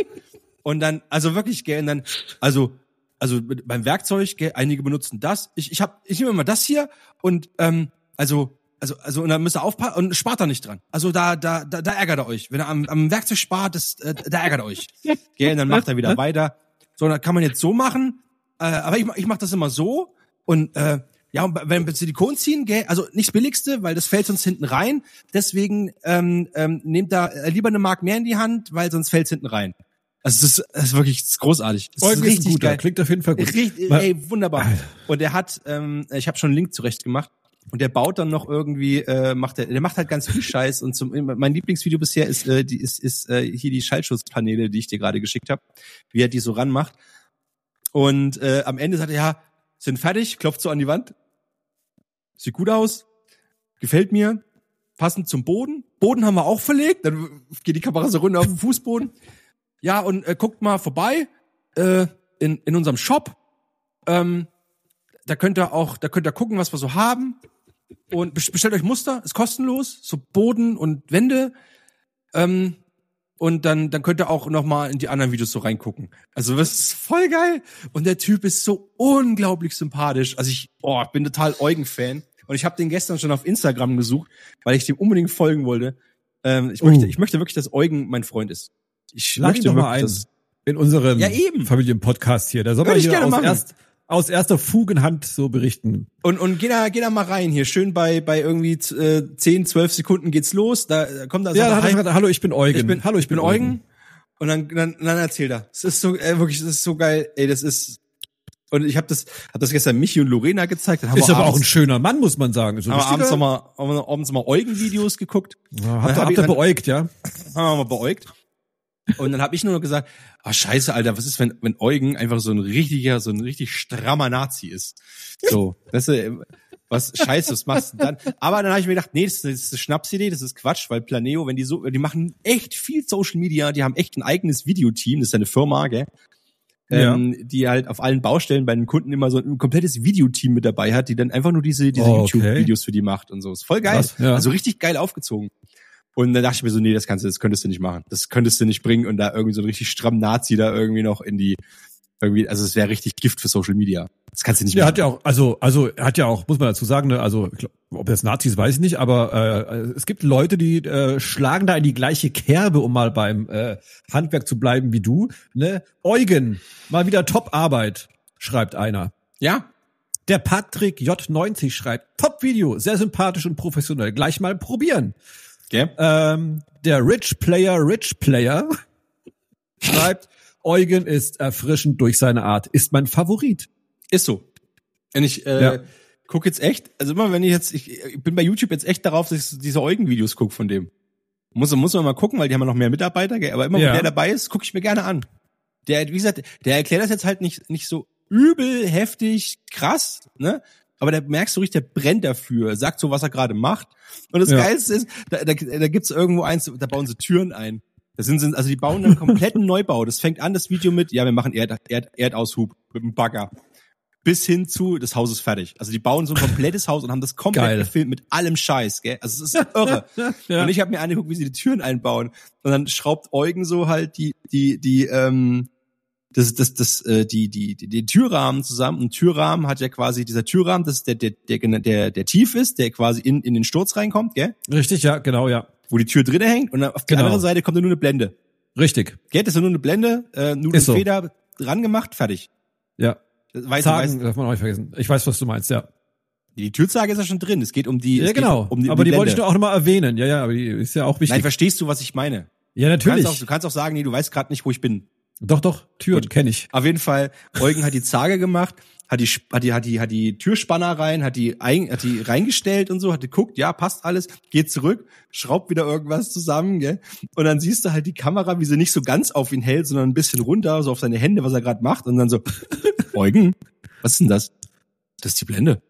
B: Und dann, also wirklich, gell, und dann, also, also mit- beim Werkzeug, gell, einige benutzen das. Ich, ich hab, ich nehme mal das hier und ähm, also, also, also, und dann müsst ihr aufpassen und spart da nicht dran. Also da, da, da, da ärgert er euch. Wenn er am, am Werkzeug spart, das, äh, da ärgert er euch. Gell, und dann macht er wieder weiter. So, dann kann man jetzt so machen, äh, aber ich, mach- ich mach das immer so und äh, ja, und wenn wir Silikon ziehen, gell, also nicht das billigste, weil das fällt sonst hinten rein. Deswegen ähm, ähm, nehmt da äh, lieber eine Mark mehr in die Hand, weil sonst fällt's hinten rein. Also das ist, das ist wirklich das ist großartig. Das
A: Eugen
B: ist
A: ist ein
B: richtig
A: guter,
B: geil.
A: Oh, klingt auf jeden Fall gut.
B: Richtig,
A: Mal-
B: ey, wunderbar. Und er hat, ähm, ich habe schon einen Link zurecht gemacht. Und der baut dann noch irgendwie, äh, macht der, der macht halt ganz viel Scheiß. Und zum, mein Lieblingsvideo bisher ist, äh, die, ist, ist äh, hier die Schallschutzpaneele, die ich dir gerade geschickt habe, wie er die so ranmacht. Und äh, am Ende sagt er, ja, sind fertig, klopft so an die Wand. Sieht gut aus, gefällt mir, passend zum Boden. Boden haben wir auch verlegt, dann geht die Kamera so runter auf den Fußboden. Ja, und äh, guckt mal vorbei äh, in, in unserem Shop. Ähm, da könnt ihr auch, da könnt ihr gucken, was wir so haben. Und bes- bestellt euch Muster, ist kostenlos, so Boden und Wände. Ähm, und dann, dann könnt ihr auch nochmal in die anderen Videos so reingucken. Also das ist voll geil. Und der Typ ist so unglaublich sympathisch. Also ich, oh, ich bin total Eugen-Fan. Und ich habe den gestern schon auf Instagram gesucht, weil ich dem unbedingt folgen wollte. Ähm, ich,
A: Uh.
B: möchte, ich möchte wirklich, dass Eugen mein Freund ist. Ich
A: Lade ihn
B: möchte
A: doch mal
B: wirklich,
A: ein.
B: dass-
A: In unserem
B: Ja, eben.
A: Familienpodcast hier. Da soll
B: Würde
A: man
B: ich
A: hier
B: gerne
A: aus,
B: machen.
A: erst, aus erster Fugenhand so berichten.
B: Und, und geh, da, geh da mal rein hier. Schön bei, bei irgendwie äh, 10, 12 Sekunden geht's los. Da äh, kommt da
A: Ja, da
B: so
A: hat er
B: rein.
A: gesagt, hallo, ich bin Eugen.
B: Ich bin,
A: hallo, ich bin,
B: Eugen. Und dann, dann, dann erzählt er. Es ist so, äh, wirklich, es ist so geil. Ey, das ist. Und ich habe das, hab das gestern Michi und Lorena gezeigt. Dann haben
A: Ist
B: wir
A: aber auch ein
B: abends,
A: schöner Mann, muss man sagen. So ein
B: haben wir abends
A: richtiger-
B: nochmal abends noch mal Eugen-Videos geguckt.
A: Ja, habt ihr,
B: hab
A: habt
B: ich
A: ihr
B: dann-
A: beäugt, ja?
B: haben wir mal beäugt. Und dann habe ich nur noch gesagt, ah scheiße, Alter, was ist, wenn, wenn Eugen einfach so ein richtiger, so ein richtig strammer Nazi ist? So, weißt du, was scheiße, was machst du denn dann? Aber dann habe ich mir gedacht, nee, das ist, das ist eine Schnapsidee, das ist Quatsch, weil Planeo, wenn die so, die machen echt viel Social Media, die haben echt ein eigenes Videoteam, das ist ja eine Firma, gell?
A: Ja.
B: Ähm, die halt auf allen Baustellen bei den Kunden immer so ein komplettes Videoteam mit dabei hat, die dann einfach nur diese, diese
A: Oh, okay.
B: YouTube-Videos für die macht und so. Ist voll geil.
A: Krass, ja.
B: Also richtig geil aufgezogen. Und dann dachte ich mir so, nee, das kannst du, das könntest du nicht machen. Das könntest du nicht bringen und da irgendwie so ein richtig stramm Nazi da irgendwie noch in die, Irgendwie, also es wäre richtig Gift für Social Media. Das kannst du nicht
A: Der
B: machen.
A: hat ja auch, also, also er hat ja auch, muss man dazu sagen, ne, also ich glaub, ob das Nazis weiß ich nicht, aber äh, es gibt Leute, die äh, schlagen da in die gleiche Kerbe, um mal beim äh, Handwerk zu bleiben wie du. Ne? Eugen, mal wieder Top-Arbeit, schreibt einer.
B: ja,
A: Der Patrick J90 schreibt, Top-Video, sehr sympathisch und professionell, gleich mal probieren.
B: gell?
A: Ähm, der Rich Player Rich Player [LAUGHS] schreibt, Eugen ist erfrischend durch seine Art, ist mein Favorit.
B: Ist so. Und ich äh,
A: Ja.
B: guck jetzt echt, also immer wenn ich jetzt, ich, ich bin bei YouTube jetzt echt darauf, dass ich diese Eugen-Videos gucke von dem. Muss, muss man mal gucken, weil die haben ja noch mehr Mitarbeiter, gell? aber immer
A: Ja.
B: wenn der dabei ist, gucke ich mir gerne an. Der, wie gesagt, der erklärt das jetzt halt nicht, nicht so übel, heftig, krass, ne? Aber der merkst du richtig, der brennt dafür, er sagt so, was er gerade macht. Und das
A: Ja.
B: Geilste ist, da, da, da gibt's irgendwo eins, da bauen sie Türen ein. Das sind, sind also die bauen einen kompletten Neubau. Das fängt an, das Video mit, ja, wir machen Erd, Erd, Erdaushub mit dem Bagger bis hin zu, das Haus ist fertig. Also die bauen so ein komplettes Haus und haben das komplett
A: Geil.
B: gefilmt mit allem Scheiß, gell? Also es ist irre.
A: Ja.
B: Und ich habe mir angeguckt, wie sie die Türen einbauen. Und dann schraubt Eugen so halt die, die, die, ähm, das, das, das, äh, die, die, die, die Türrahmen zusammen. Und Türrahmen hat ja quasi dieser Türrahmen, das ist der, der, der, der, der tief ist, der quasi in, in den Sturz reinkommt, gell?
A: Richtig, ja, genau, ja.
B: Wo die Tür drinne hängt und dann auf der
A: Genau.
B: anderen Seite kommt dann nur eine Blende.
A: Richtig,
B: Gell? Das ist nur eine Blende, äh, nur eine
A: Ist so.
B: Feder dran gemacht, fertig.
A: ja.
B: Weiß,
A: Zagen darf man auch nicht vergessen. Ich weiß, was du meinst, ja.
B: Die Türzage ist ja schon drin. Es geht um die. es
A: Ja,
B: geht
A: genau.
B: Um die, um
A: aber die, wollte ich
B: Blende.
A: nur auch nochmal erwähnen. Ja, ja, aber die ist ja auch
B: Nein,
A: wichtig.
B: verstehst du, was ich meine?
A: ja,
B: Du kannst,
A: natürlich.
B: auch, du kannst auch sagen, nee, du weißt gerade nicht, wo ich bin.
A: doch, doch, Türen
B: Gut.
A: kenne ich.
B: Auf jeden Fall, Eugen hat die Zage gemacht, hat die, hat die, hat die, hat die Türspanner rein, hat die, ein, hat die reingestellt und so, hat geguckt, ja, passt alles, geht zurück, schraubt wieder irgendwas zusammen, gell? Und dann siehst du halt die Kamera, wie sie nicht so ganz auf ihn hält, sondern ein bisschen runter, so auf seine Hände, was er gerade macht, und dann so, Eugen, was ist denn das? Das ist die Blende.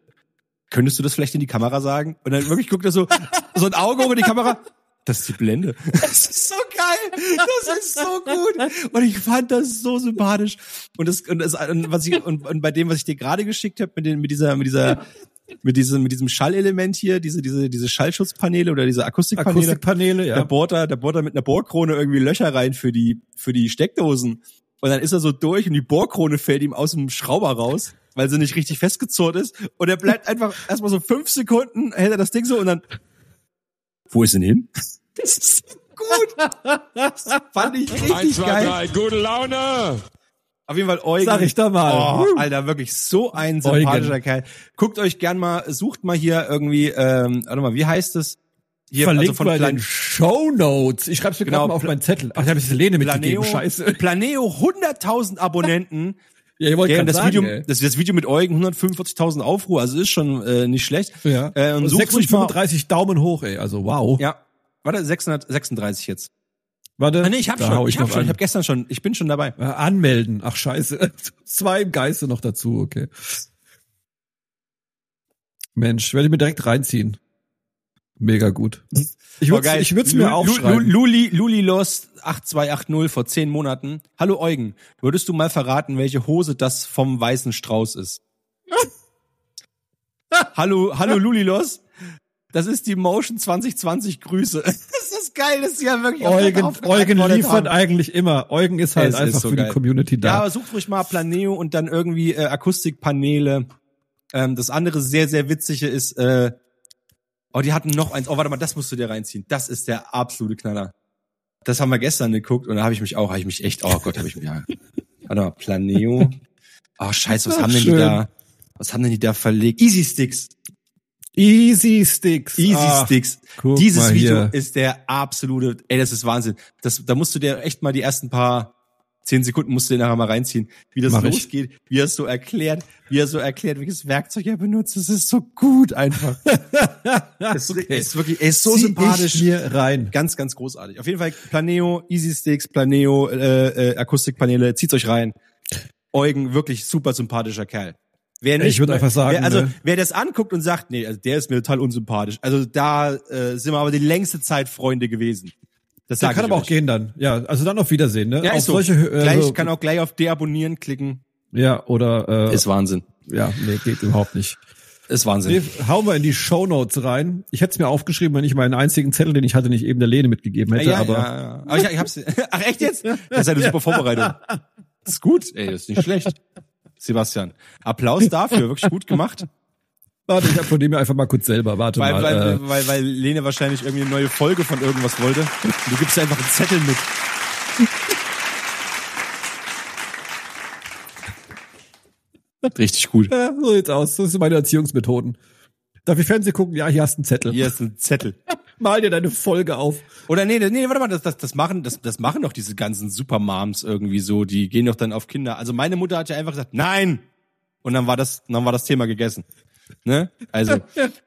B: Könntest du das vielleicht in die Kamera sagen? Und dann wirklich guckt er so, so ein Auge über die Kamera. Das ist die Blende. Das ist so geil. Das ist so gut. Und ich fand das so sympathisch. Und das, und das, und was ich, und, und bei dem, was ich dir gerade geschickt habe, mit den, mit dieser, mit dieser, mit diesem, mit diesem Schallelement hier, diese, diese, diese Schallschutzpaneele oder diese Akustikpaneele.
A: Akustikpaneele,
B: Der
A: ja.
B: bohrt da, der bohrt da mit einer Bohrkrone irgendwie Löcher rein für die, für die Steckdosen. Und dann ist er so durch und die Bohrkrone fällt ihm aus dem Schrauber raus, weil sie nicht richtig festgezurrt ist. Und er bleibt einfach [LAUGHS] erstmal so fünf Sekunden, hält er das Ding so und dann, wo ist denn hin? [LAUGHS] Das ist so gut. Das fand ich richtig
E: Eins, zwei,
B: geil.
E: drei, gute Laune!
B: Auf jeden Fall Eugen.
A: Sag ich da mal.
B: Oh, Alter, wirklich so ein sympathischer Kerl. Guckt euch gern mal, sucht mal hier irgendwie, ähm, warte mal, wie heißt es? Hier, also
A: Verlinkt mal
B: Klein-
A: den Show Notes. Ich schreib's mir
B: Genau,
A: gerade mal auf meinen Zettel. Ach, ich habe ich das Lene
B: Planeo,
A: mitgegeben. Scheiße.
B: [LAUGHS] Planeo 100.000 Abonnenten.
A: Ja, ihr wollt
B: Gell,
A: grad
B: und das,
A: sagen,
B: Video,
A: ey.
B: das, das Video mit Eugen 145.000 Aufruhr, also ist schon äh, nicht schlecht.
A: ja.
B: Äh, und
A: und
B: sucht ruhig mal,
A: 635 Daumen hoch, ey. Also wow.
B: ja, warte, 636 jetzt.
A: Warte.
B: Ah, nee, ich hab
A: da
B: schon,
A: hau
B: ich, hab
A: noch
B: schon, ich
A: einen.
B: hab gestern schon, ich bin schon dabei.
A: Äh, Anmelden. Ach scheiße. [LAUGHS] Zwei im Geiste noch dazu, okay. Mensch, werde ich mir direkt reinziehen. Mega gut. Ich
B: Voll
A: würde
B: geil.
A: ich würd's
B: Lu-
A: mir
B: Lu-
A: aufschreiben.
B: Lu- Luli, Luli Lost 8280 vor zehn Monaten. Hallo Eugen, würdest du mal verraten, welche Hose das vom weißen
A: [LAUGHS]
B: Strauß ist? hallo, hallo Luli Lost. Das ist die Motion 2020 Grüße. [LAUGHS] das ist geil, das ist ja wirklich auf den
A: Eugen,
B: Auftrag
A: Eugen
B: geantwortet
A: liefert
B: haben.
A: eigentlich immer. Eugen ist halt
B: Es ist
A: einfach
B: so
A: für
B: geil.
A: die Community
B: Ja,
A: da.
B: aber sucht ruhig mal Planeo und dann irgendwie äh, Akustikpaneele. Ähm, das andere sehr, sehr witzige ist, äh, oh, die hatten noch eins. Oh, warte mal, das musst du dir reinziehen. Das ist der absolute Knaller. Das haben wir gestern geguckt und da habe ich mich auch, habe ich mich echt, oh Gott, habe ich
A: [LAUGHS]
B: mich, ja. Warte mal, Planeo. Oh, scheiße, was
A: Ach,
B: haben denn die
A: schön.
B: da, was haben denn die da verlegt? Easy Sticks.
A: Easy Sticks. Ah.
B: Easy
A: Ach,
B: Sticks.
A: guck
B: Dieses
A: mal
B: Video
A: hier.
B: ist der absolute, ey, das ist Wahnsinn. Das, da musst du dir echt mal die ersten paar zehn Sekunden musst du dir nachher mal reinziehen, wie das
A: Mach ich.
B: losgeht, wie er es so erklärt, wie er so erklärt, welches Werkzeug er benutzt. Das ist so
A: [LAUGHS]
B: gut einfach. das ist wirklich, er ist so
A: Zieh
B: sympathisch.
A: Ich hier rein.
B: Ganz, ganz großartig. Auf jeden Fall Planeo, Easy Sticks, Planeo, äh, äh, Akustikpaneele, zieht's euch rein. Eugen, wirklich super sympathischer Kerl. Wer
A: Ich würd einfach sagen,
B: wer, also
A: ne?
B: wer das anguckt und sagt, nee, also der ist mir total unsympathisch. Also da äh, sind wir aber die längste Zeit Freunde gewesen. Das
A: Der
B: sag
A: kann
B: ich
A: aber
B: euch.
A: auch gehen dann. Ja, also dann auf Wiedersehen, ne?
B: Ja,
A: auf
B: ist so.
A: solche äh,
B: gleich,
A: so-
B: kann auch gleich auf deabonnieren klicken.
A: Ja, oder äh,
B: Wahnsinn.
A: ja, nee, geht überhaupt nicht.
B: Ist Wahnsinn.
A: Nee, hauen wir in die Shownotes rein. Ich hätte es mir aufgeschrieben, wenn ich meinen einzigen Zettel, den ich hatte, nicht eben der Lene mitgegeben hätte,
B: ja,
A: aber
B: [LAUGHS] ja, ja. aber ich, ich hab's. Ach echt jetzt? Das ist eine super Vorbereitung. Ist gut, ey, ist nicht schlecht. Sebastian, Applaus dafür, wirklich
A: [LAUGHS]
B: gut gemacht.
A: Warte, ich applaudiere mir einfach mal kurz selber. Warte
B: Weil,
A: mal. äh,
B: weil, weil, weil Lene wahrscheinlich irgendwie eine neue Folge von irgendwas wollte. Du gibst einfach einen Zettel mit. Richtig gut.
A: Ja, so sieht's aus. Das sind meine Erziehungsmethoden. Darf ich Fernsehen gucken? Ja, hier hast du einen Zettel.
B: Hier ist ein Zettel.
A: Mal dir deine Folge
B: [LAUGHS]
A: auf.
B: Oder nee, nee, warte mal, das, das, das machen, das, das machen doch diese ganzen Supermoms irgendwie so. Die gehen doch dann auf Kinder. Also meine Mutter hat ja einfach gesagt, nein! Und dann war das, dann war das Thema gegessen. Ne? Also,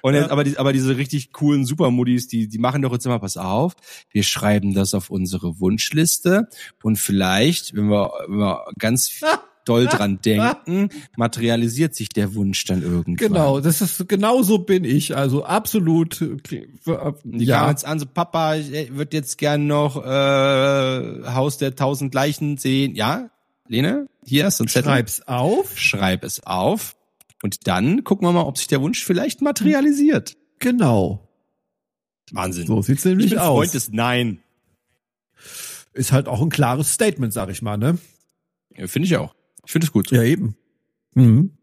B: und jetzt, aber, die, aber diese richtig coolen Supermuddies, die, die machen doch jetzt immer, pass auf, wir schreiben das auf unsere Wunschliste und vielleicht, wenn wir, wenn wir ganz doll dran denken, materialisiert sich der Wunsch dann irgendwann.
A: Genau, das ist genau so bin ich. Also absolut. äh,
B: Die ja. kamen
A: Ja,
B: jetzt an, so Papa, ich würde jetzt gern noch äh, Haus der tausend Leichen sehen. Ja, Lene, hier ist ein Zettel.
A: schreib's auf.
B: Schreib es auf. Und dann gucken wir mal, ob sich der Wunsch vielleicht materialisiert.
A: Genau.
B: Wahnsinn.
A: So sieht's
B: ich
A: nämlich
B: bin Freund
A: aus.
B: des Nein.
A: Ist halt auch ein klares Statement, sag ich mal, ne?
B: Ja, Finde ich auch. Ich finde es gut.
A: Ja, eben. Mhm.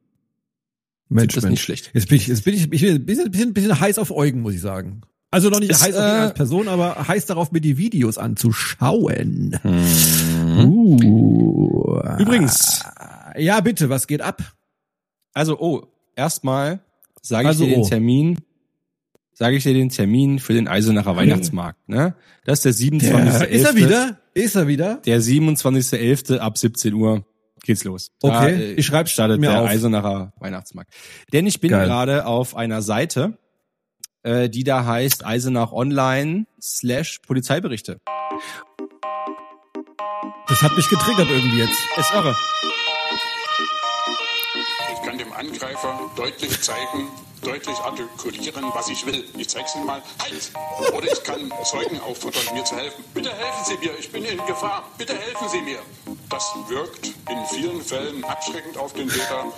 A: Mensch,
B: das ist
A: Mensch.
B: nicht schlecht.
A: Jetzt bin ich, jetzt bin ich, ich bin ein bisschen, bisschen, bisschen heiß auf Eugen, muss ich sagen. Also noch nicht
B: Ist,
A: heiß auf ihn
B: äh,
A: als Person, aber heiß darauf, mir die Videos anzuschauen.
B: Mhm.
A: Uh.
B: Übrigens,
A: Ja, bitte, was geht ab?
B: also oh, erstmal sage ich
A: Also,
B: dir den
A: oh.
B: Termin, sage ich dir den Termin für den Eisenacher Weihnachtsmarkt. Ne? Das ist der 27.
A: Hm. ist er wieder? Ist er wieder?
B: Der 27.11. ab 17 Uhr geht's los.
A: Okay,
B: äh,
A: ich schreib's
B: startet
A: mir
B: der
A: auf.
B: Eisenacher Weihnachtsmarkt. Denn ich bin
A: Geil.
B: gerade auf einer Seite, äh, die da heißt Eisenach Online slash Polizeiberichte.
A: Das hat mich getriggert irgendwie jetzt.
B: Ist irre.
E: Ich kann dem Angreifer deutlich zeigen, deutlich artikulieren, was ich will. Ich zeig's ihm mal. Halt! Oder ich kann Zeugen auffordern, mir zu helfen. Bitte helfen Sie mir, ich bin in Gefahr. Bitte helfen Sie mir. Das wirkt in vielen Fällen abschreckend auf den Täter.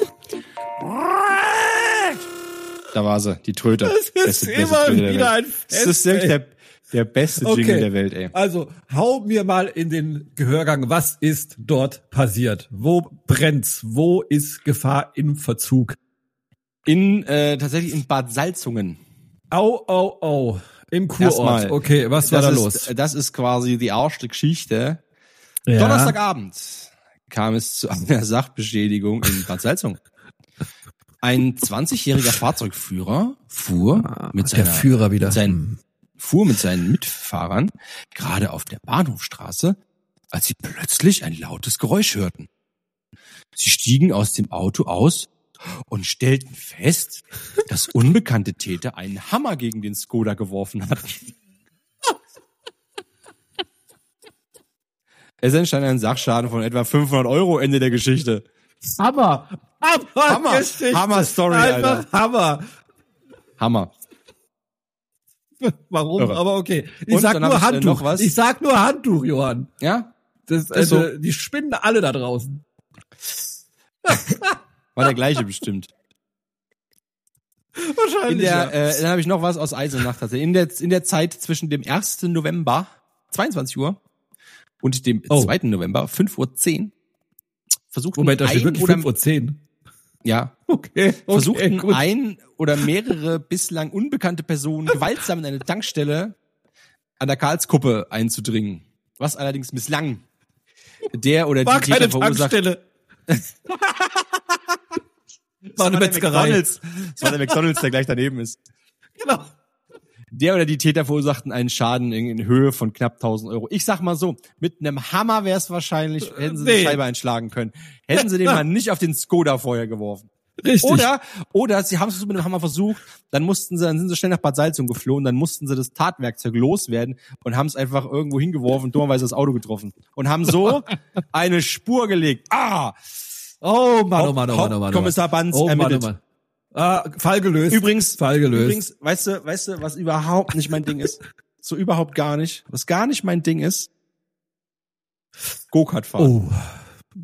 B: Da war sie, die Tröte. Das
A: ist immer wieder ein
B: Das
A: Fest,
B: ist wirklich
A: ey.
B: der, der beste Jingle der Welt, ey.
A: Also, hau mir mal in den Gehörgang, was ist dort passiert? Wo brennt's? Wo ist Gefahr im Verzug?
B: In, äh, tatsächlich in Bad Salzungen.
A: Au, au, au. Im Kurort.
B: Erstmal.
A: Okay, was war da
B: das ist, äh,
A: los?
B: Das ist quasi die erste Geschichte. äh,
A: Ja.
B: Donnerstagabend kam es zu [LAUGHS] einer Sachbeschädigung in Bad Salzung. Ein 20-jähriger Fahrzeugführer fuhr
A: Ah,
B: mit
A: der
B: seiner,
A: Führer wieder. Hm.
B: seinen, fuhr mit seinen Mitfahrern gerade auf der Bahnhofstraße, als sie plötzlich ein lautes Geräusch hörten. Sie stiegen aus dem Auto aus und stellten fest, dass unbekannte Täter einen Hammer gegen den Skoda geworfen hatten. [LAUGHS] Es entstand ein Sachschaden von etwa 500 Euro Ende der Geschichte.
A: Hammer. Hammer.
B: Hammer.
A: Geschichte.
B: Hammer-Story,
A: Einfach Hammer.
B: Hammer.
A: Warum?
B: Irre.
A: Aber okay. Ich
B: Und
A: sag
B: dann hab
A: nur
B: ich, äh,
A: Handtuch.
B: noch was.
A: Ich sag nur Handtuch, Johann.
B: Ja?
A: Das,
B: Ist
A: also, Die spinnen alle da draußen. [LAUGHS]
B: War der
A: [LAUGHS]
B: gleiche bestimmt.
A: Wahrscheinlich.
B: In
A: ja.
B: der, äh, dann habe ich noch was aus Eisenach tatsächlich. In der, in der Zeit zwischen dem 1. November, 22 Uhr, und dem
A: Oh.
B: 2. November, 5.10 Uhr, versuchten
A: Moment, da
B: ein
A: steht wirklich
B: oder,
A: 5.10 Uhr.
B: ja,
A: [LAUGHS] Okay, okay
B: versuchten
A: gut.
B: ein oder mehrere bislang unbekannte Personen gewaltsam in eine Tankstelle an der Karlskuppe einzudringen. Was allerdings misslang. Der oder
A: War
B: die
A: keine
B: Täter verursacht. [LAUGHS]
A: Tankstelle. War eine
B: der
A: Metzgerei.
B: McDonald's. Das war der McDonalds, der gleich daneben ist.
A: Genau.
B: Der oder die Täter verursachten einen Schaden in, in Höhe von knapp 1000 Euro. Ich sag mal so, mit einem Hammer wäre es wahrscheinlich, hätten sie
A: nee.
B: die Scheibe einschlagen können. Hätten sie den mal nicht auf den Skoda vorher geworfen.
A: Richtig.
B: Oder, oder sie haben es mit dem Hammer versucht, dann mussten sie, dann sind sie schnell nach Bad Salzung geflohen, dann mussten sie das Tatwerkzeug loswerden und haben es einfach irgendwo hingeworfen, dummerweise das Auto getroffen. Und haben so eine Spur gelegt. Ah!
A: oh Mann, oh Mann, oh
B: Haupt-
A: Mann, oh Mann.
B: Kommissar Banz
A: oh, Mann, oh
B: ermittelt.
A: Mann. Ah, Fall gelöst.
B: Übrigens,
A: Fall gelöst.
B: übrigens, weißt du, weißt du, was überhaupt nicht mein Ding
A: [LAUGHS]
B: ist? So überhaupt gar nicht. Was gar nicht mein Ding ist? Go-Kart fahren.
A: oh.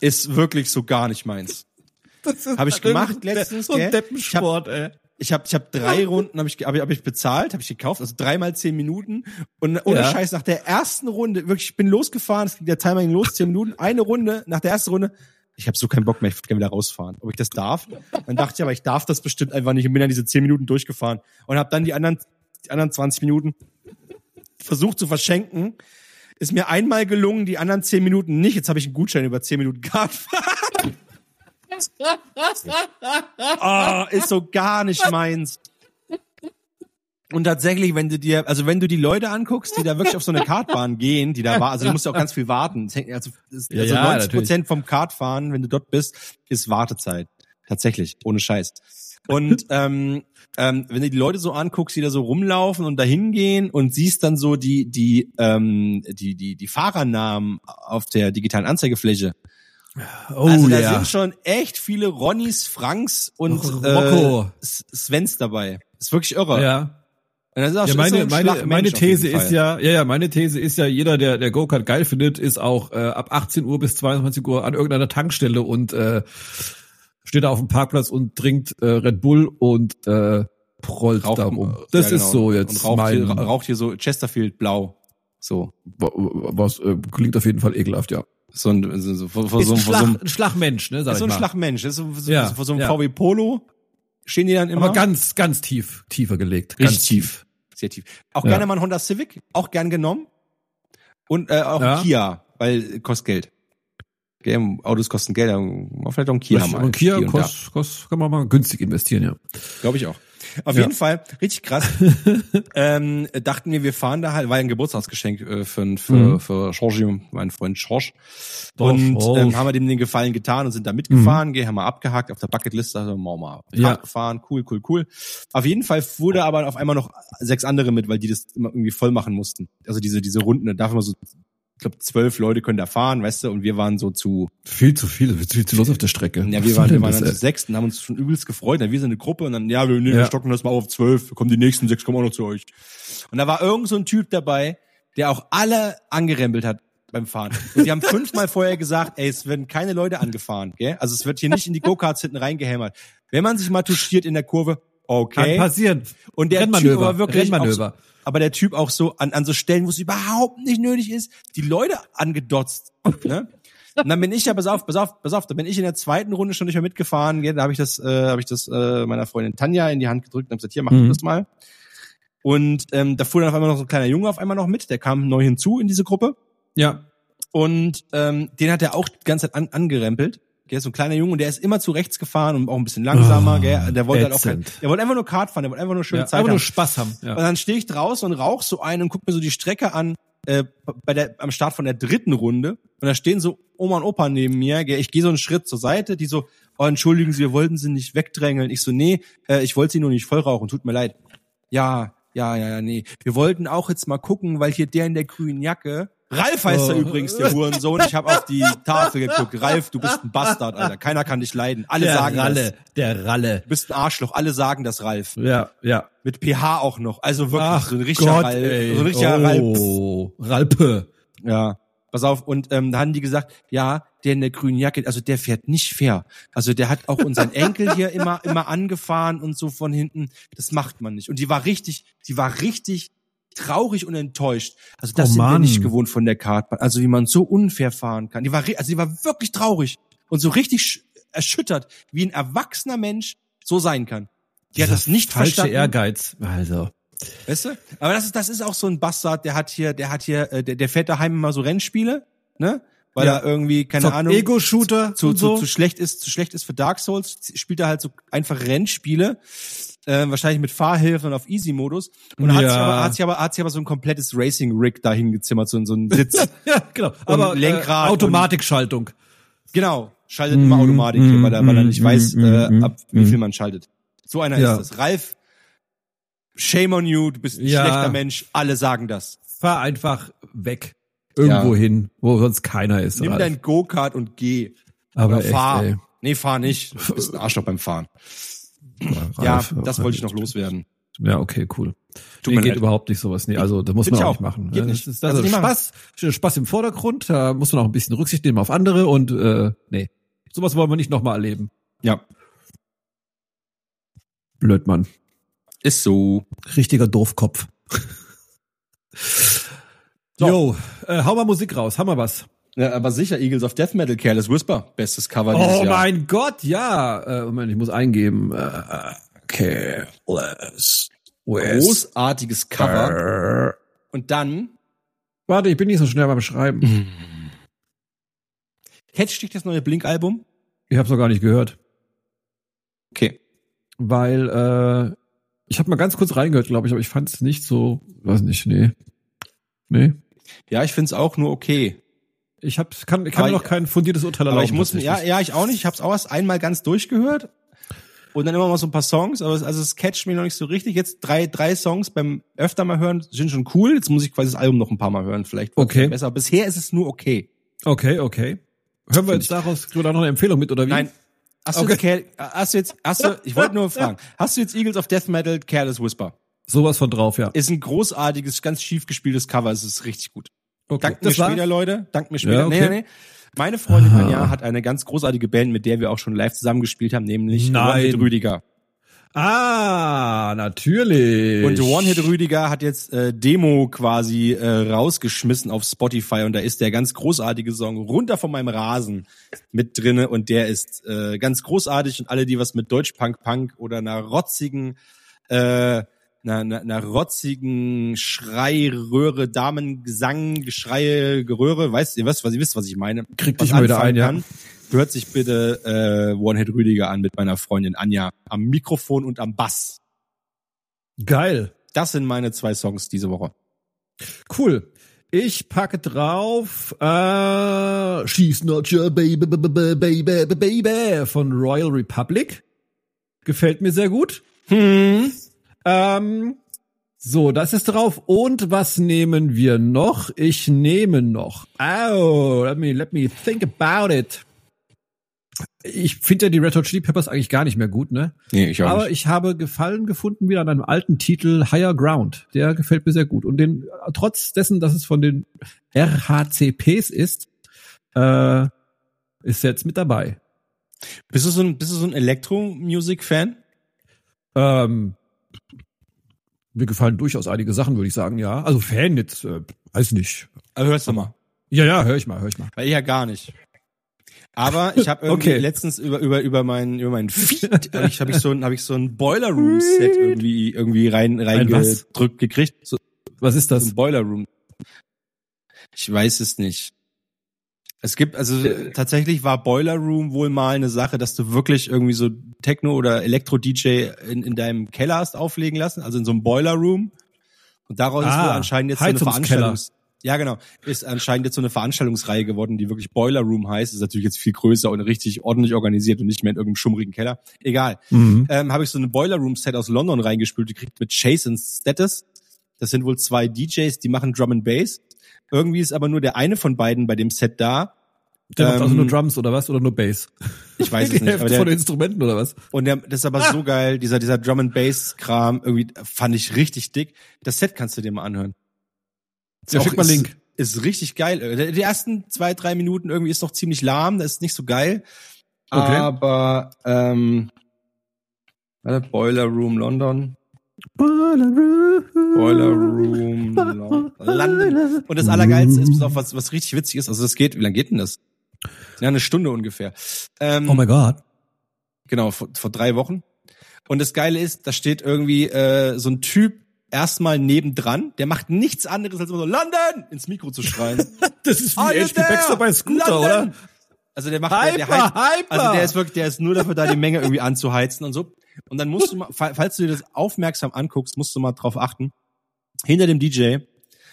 B: Ist wirklich so gar nicht meins.
A: Das ist
B: Hab ich gemacht
A: halt
B: letztens,
A: So ein
B: gell?
A: Deppensport, ey.
B: Ich habe ich hab drei Runden habe ich, ge- hab ich, hab ich bezahlt, habe ich gekauft, also dreimal zehn Minuten. Und ohne
A: Ja.
B: Scheiß, nach der ersten Runde, wirklich, ich bin losgefahren, es ging der Timer ging los, zehn Minuten, eine Runde, nach der ersten Runde, ich habe so keinen Bock mehr, ich würde gerne wieder rausfahren. Ob ich das darf? Dann dachte ich, aber ich darf das bestimmt einfach nicht und bin dann diese zehn Minuten durchgefahren und habe dann die anderen, die anderen 20 Minuten versucht zu verschenken. Ist mir einmal gelungen, die anderen zehn Minuten nicht. Jetzt habe ich einen Gutschein über zehn Minuten gehabt. Ah, ist so gar nicht meins. Und tatsächlich, wenn du dir, also wenn du die Leute anguckst, die da wirklich auf so eine Kartbahn gehen, die da war, also du musst ja auch ganz viel warten. Es hängt- Also, es-
A: Ja,
B: also
A: ja,
B: 90 Prozent vom Kartfahren, wenn du dort bist, ist Wartezeit. Tatsächlich, ohne Scheiß. Und ähm, ähm, wenn du die Leute so anguckst, die da so rumlaufen und dahin gehen und siehst dann so die die ähm, die die die Fahrernamen auf der digitalen Anzeigefläche.
A: Oh
B: also da
A: ja.
B: sind schon echt viele Ronnys, Franks und
A: Rocco.
B: Äh, S- Svens dabei. Ist wirklich irre.
A: ja.
B: Und das ist auch
A: Ja,
B: schon- ist so
A: meine,
B: ein
A: meine,
B: Schlag
A: meine
B: Mensch auf jeden
A: These ist
B: Fall.
A: ja, ja, ja, meine These ist ja, jeder, der, der Go-Kart geil findet, ist auch äh, ab 18 Uhr bis 22 Uhr an irgendeiner Tankstelle und äh, steht da auf dem Parkplatz und trinkt äh, Red Bull und äh, prollt
B: Raucht-
A: da rum.
B: ja,
A: Das ist
B: genau.
A: so jetzt
B: Und raucht,
A: mein,
B: hier, raucht hier so Chesterfield blau. So,
A: wa- wa- was äh, klingt auf jeden Fall ekelhaft, ja.
B: so ein, so, so, vor, vor,
A: ist
B: so,
A: ein,
B: vor so
A: Schlag,
B: einem,
A: ein Schlagmensch, ne, sag
B: ist so
A: ich
B: ein
A: mal.
B: Schlagmensch. Ist so, so,
A: Ja,
B: so, vor so einem
A: ja.
B: VW Polo stehen die dann immer.
A: Aber ganz, ganz tief, tiefer gelegt. Ganz
B: Richtig tief. Sehr tief. Auch
A: Ja.
B: gerne mal ein Honda Civic, auch gern genommen. Und äh, auch
A: Ja.
B: ein Kia, weil äh, kostet Geld. Gell, Autos kosten Geld, aber vielleicht auch ein Kia
A: Richtig,
B: mal.
A: aber ein Kia
B: Hier und da.
A: kost, kost, kann man mal günstig investieren, ja.
B: Glaube ich auch. Auf
A: Ja.
B: jeden Fall,
A: [LAUGHS]
B: richtig krass. ähm, dachten wir, wir fahren da halt, war ja ein Geburtstagsgeschenk äh, für, für,
A: Mhm.
B: für Georgi, meinen Freund George.
A: Doch,
B: Und ähm,
A: George. Mhm.
B: haben wir dem den Gefallen getan und sind da mitgefahren, gehen, haben wir abgehakt auf der Bucketlist, also mal mal
A: Ja.
B: abgefahren, cool, cool, cool. Auf jeden Fall fuhr da aber auf einmal noch sechs andere mit, weil die das immer irgendwie voll machen mussten. Also diese, diese Runden, da darf man so, ich glaube, zwölf Leute können da fahren, weißt du, und wir waren so zu
A: Viel zu viel, viel zu los auf der Strecke.
B: ja,
A: Was
B: wir
A: soll
B: waren, wir
A: denn
B: waren
A: das,
B: dann zu
A: ey?
B: sechs und haben uns schon übelst gefreut. Dann wir sind eine Gruppe und dann, ja, wir, nee, wir
A: Ja.
B: stocken das mal auf auf zwölf, kommen die nächsten sechs, kommen auch noch zu euch. Und da war irgend so ein Typ dabei, der auch alle angerempelt hat beim Fahren. Und die haben fünfmal vorher gesagt, ey, es werden keine Leute angefahren, gell? Also es wird hier nicht in die Go-Karts hinten reingehämmert. Wenn man sich mal touchiert in der Kurve, okay.
A: Kann passieren.
B: Und der
A: Rennmanöver,
B: Typ aber wirklich
A: Rennmanöver.
B: Auch so, aber der Typ auch so an, an so Stellen, wo es überhaupt nicht nötig ist, die Leute angedotzt.
A: [LAUGHS]
B: Ne? Und dann bin ich ja, pass auf, pass auf, pass auf, da bin ich in der zweiten Runde schon nicht mehr mitgefahren. Gell? Da habe ich das, äh, habe ich das äh, meiner Freundin Tanja in die Hand gedrückt und hab gesagt, hier, mach du
A: Mhm.
B: das mal. Und ähm, da fuhr dann auf einmal noch so ein kleiner Junge auf einmal noch mit, der kam neu hinzu in diese Gruppe.
A: Ja,
B: Und ähm, den hat er auch die ganze Zeit an, angerempelt. Der ist so ein kleiner Junge und der ist immer zu rechts gefahren und auch ein bisschen langsamer.
A: Ah,
B: gell? Der wollte halt auch kein,
A: ätzend.
B: der wollte einfach nur Kart fahren, der wollte einfach nur schöne
A: ja
B: Zeit
A: aber
B: haben.
A: nur Spaß haben. Ja.
B: Und dann stehe ich draußen und rauche so einen und gucke mir so die Strecke an äh, bei der, am Start von der dritten Runde. Und da stehen so Oma und Opa neben mir. Gell? Ich gehe so einen Schritt zur Seite, die so, oh, entschuldigen Sie, wir wollten Sie nicht wegdrängeln. Ich so, nee, äh, ich wollte Sie nur nicht voll rauchen, tut mir leid. Ja, ja, ja, ja, nee. Wir wollten auch jetzt mal gucken, weil hier der in der grünen Jacke. Ralf heißt er
A: Oh.
B: übrigens, der Hurensohn. Ich habe auf
A: [LAUGHS]
B: die Tafel geguckt. Ralf, du bist ein Bastard, Alter. Keiner kann dich leiden. Alle sagen das.
A: der Ralle.
B: Du bist ein Arschloch. Alle sagen das, Ralf.
A: Ja, ja.
B: Mit PH auch noch. Also wirklich
A: Ach
B: so ein richtiger
A: Gott,
B: Ralp.
A: ey.
B: So ein richtiger Ralp.
A: oh, Ralpe.
B: Ja. Pass auf, und ähm, da haben die gesagt, ja, der in der grünen Jacke, also der fährt nicht fair. Also der hat auch
A: [LAUGHS]
B: unseren Enkel hier immer, immer angefahren und so von hinten. Das macht man nicht. Und die war richtig, die war richtig traurig und enttäuscht. Also das
A: Oh,
B: sind wir
A: Mann.
B: nicht gewohnt von der Kartbahn. Also wie man so unfair fahren kann. Die war, ri- also die war wirklich traurig und so richtig sch- erschüttert, wie ein erwachsener Mensch so sein kann. Die hat das nicht
A: falsche
B: verstanden.
A: Ehrgeiz.
B: [LAUGHS]
A: Also.
B: Weißt du? Aber das ist, das ist auch so ein Bastard, der hat hier, der hat hier, äh, der, der fährt daheim immer so Rennspiele, ne? Weil
A: Ja.
B: er irgendwie, keine
A: Zockt
B: Ahnung,
A: Ego-Shooter
B: zu,
A: und
B: zu,
A: so.
B: zu schlecht ist, zu schlecht ist für Dark Souls, z- spielt er halt so einfache Rennspiele, äh, wahrscheinlich mit Fahrhilfen und auf Easy-Modus. Und hat,
A: Ja.
B: sich aber, hat sich aber, hat sich aber so ein komplettes Racing-Rig dahin gezimmert, so, ein- so
A: [LAUGHS]
B: ein Sitz.
A: ja, genau. Aber
B: Lenkrad
A: äh, Automatikschaltung.
B: genau. Schaltet immer Automatik,
A: mm,
B: weil er, weil er nicht
A: mm,
B: weiß,
A: mm,
B: äh,
A: mm,
B: ab wie
A: mm.
B: viel man schaltet. So einer
A: Ja.
B: ist das. Ralf, shame on you, du bist ein
A: Ja.
B: schlechter Mensch, alle sagen das.
A: Fahr einfach weg. Irgendwo hin, wo sonst keiner ist.
B: Nimm
A: Ralf.
B: dein Go-Kart und geh.
A: Aber
B: Oder
A: echt,
B: fahr.
A: ey.
B: Nee, fahr nicht. Du bist ein Arschloch beim Fahren.
A: Ralf,
B: ja, das
A: Ralf.
B: wollte ich noch loswerden.
A: Ja, okay, cool.
B: Tut
A: nee,
B: mir
A: geht
B: leid.
A: überhaupt nicht sowas. Nee, also das muss
B: Find
A: man
B: ich
A: auch nicht
B: auch.
A: machen.
B: Geht
A: Ja,
B: nicht.
A: Das ist,
B: Kannst
A: also
B: du nicht machen.
A: Spaß, steht Spaß im Vordergrund, da muss man auch ein bisschen Rücksicht nehmen auf andere und äh, nee, sowas wollen wir nicht nochmal erleben.
B: Ja.
A: Blödmann.
B: Ist so.
A: Richtiger Doofkopf.
B: So.
A: Jo, äh, hau mal Musik raus, haben wir was.
B: Ja, aber sicher, Eagles of Death Metal, Careless Whisper. Bestes Cover dieses
A: Oh
B: Jahr.
A: mein Gott, ja. Äh, Moment, ich muss eingeben. Äh, okay, let's Groß.
B: Großartiges Cover. Und dann,
A: Warte, ich bin nicht so schnell beim
B: Mhm.
A: Schreiben.
B: catcht dich das neue Blink-Album?
A: Ich habe noch gar nicht gehört,
B: Okay.
A: weil äh, ich habe mal ganz kurz reingehört, glaube ich, aber ich fand es nicht so, weiß nicht, nee, nee.
B: Ja, ich find's auch nur okay.
A: Ich hab, kann, kann mir
B: Aber-
A: noch kein fundiertes Urteil erlauben.
B: Aber ich muss, ja,
A: tatsächlich.
B: ja, ich auch nicht. Ich hab's auch erst einmal ganz durchgehört. Und dann immer mal so ein paar Songs, aber es, also es catcht mich noch nicht so richtig. Jetzt drei, drei Songs beim öfter mal hören sind schon cool. Jetzt muss ich quasi das Album noch ein paar Mal hören, vielleicht wird's
A: Okay.
B: besser. Bisher ist es nur okay.
A: Okay, okay. Hören wir
B: Find
A: jetzt daraus oder noch eine Empfehlung mit oder wie?
B: Nein. Hast du, jetzt, Care- hast du jetzt, hast du, ich
A: [LAUGHS]
B: wollte nur fragen, hast du jetzt Eagles of Death Metal, Careless Whisper?
A: Sowas von drauf, ja.
B: Ist ein großartiges, ganz schief gespieltes Cover, es ist richtig gut.
A: Okay.
B: Dank mir
A: Das war's?
B: später, Leute. Dank mir später.
A: Ja, okay. Ah.
B: Nee, nee, nee. Meine Freundin Anja hat eine ganz großartige Band, mit der wir auch schon live zusammengespielt haben, nämlich The One
A: Nein.
B: Hit Rüdiger.
A: Ah, natürlich.
B: Und The One Hit Rüdiger hat jetzt äh, Demo quasi äh, rausgeschmissen auf Spotify und da ist der ganz großartige Song Runter von meinem Rasen mit drinne und der ist äh, ganz großartig und alle, die was mit Deutschpunk-Punk oder einer rotzigen äh, einer, einer, einer rotzigen Schrei-Röhre, Damengesang, Geschreie, Geröhre, weißt ihr was, was ihr wisst, was ich meine?
A: Krieg
B: was
A: dich mal wieder
B: anfangen
A: ein, ja.
B: kann, Hört sich bitte äh, One-Hit Rüdiger an mit meiner Freundin Anja am Mikrofon und am Bass.
A: Geil.
B: Das sind meine zwei Songs diese Woche.
A: Cool. Ich packe drauf äh, She's Not Your Baby, b- b- b- Baby, b- Baby von Royal Republic. Gefällt mir sehr gut.
B: Hm.
A: Ähm, so, das ist drauf. Und was nehmen wir noch? Ich nehme noch. Oh, let me, let me think about it. Ich finde ja die Red Hot Chili Peppers eigentlich gar nicht mehr gut, ne?
B: Nee, ich
A: Aber ich habe Gefallen gefunden wieder an einem alten Titel Higher Ground. Der gefällt mir sehr gut. Und den, trotz dessen, dass es von den RHCPs ist, äh, ist er jetzt mit dabei.
B: Bist du so ein, bist du so ein Elektro-Music-Fan?
A: Ähm, mir gefallen durchaus einige Sachen, würde ich sagen, ja. Also Fan jetzt, äh, weiß nicht.
B: Hörst du mal.
A: Ja, ja, hör ich mal, hör ich mal.
B: Weil ich ja gar nicht. Aber ich habe irgendwie
A: Okay.
B: letztens über über über meinen über meinen Feed habe ich habe ich so ein habe ich so ein Boiler Room Set irgendwie irgendwie rein rein
A: Ein was?
B: gedrückt gekriegt so,
A: Was ist
B: so
A: das?
B: ein Boiler Room. Ich weiß es nicht. Es gibt also tatsächlich war Boiler Room wohl mal eine Sache, dass du wirklich irgendwie so Techno oder Elektro DJ in, in deinem Keller hast auflegen lassen, also in so einem Boiler Room. Und daraus ist
A: Ah,
B: wohl anscheinend jetzt so eine
A: Heizungskeller.
B: Veranstaltungs ja, genau. Ist anscheinend jetzt so eine Veranstaltungsreihe geworden, die wirklich Boiler Room heißt. Ist natürlich jetzt viel größer und richtig ordentlich organisiert und nicht mehr in irgendeinem schummrigen Keller. Egal.
A: Mhm.
B: Ähm, Habe ich so eine Boiler Room Set aus London reingespült, gekriegt mit Chase und Status. Das sind wohl zwei DJs, die machen Drum and Bass. Irgendwie ist aber nur der eine von beiden bei dem Set da.
A: Der macht also
B: ähm,
A: nur Drums oder was? Oder nur Bass?
B: Ich
A: [LAUGHS]
B: weiß
A: Die
B: es nicht.
A: Hälfte von
B: Aber
A: den Ah!
B: der,
A: Instrumenten oder was?
B: und der, das ist aber so geil. Dieser, dieser Drum and Bass Kram irgendwie fand ich richtig dick. Das Set kannst du dir mal anhören.
A: Ja,
B: Auch
A: schick mal
B: ist,
A: Link.
B: Ist richtig geil. Äh, Die ersten zwei, drei Minuten irgendwie ist noch ziemlich lahm, das ist nicht so geil.
A: Okay.
B: Aber ähm, warte, Boiler Room London. Boiler Room Lon- London. Und das Allergeilste ist, pass auf, was, was richtig witzig ist, also das geht, wie lange geht denn das? Ja, eine Stunde ungefähr. Ähm,
A: Oh mein Gott.
B: Genau, vor, vor drei Wochen. Und das Geile ist, da steht irgendwie äh, so ein Typ erstmal nebendran, der macht nichts anderes als immer so London ins Mikro
A: [LAUGHS]
B: zu schreien.
A: Das ist
B: Are you there? London! Also der macht der, der
A: Hyper,
B: heizt-
A: hyper!
B: Also der ist wirklich, der ist nur dafür da, die Menge irgendwie anzuheizen und so. Und dann musst du mal, fa- falls du dir das aufmerksam anguckst, musst du mal drauf achten. Hinter dem DJ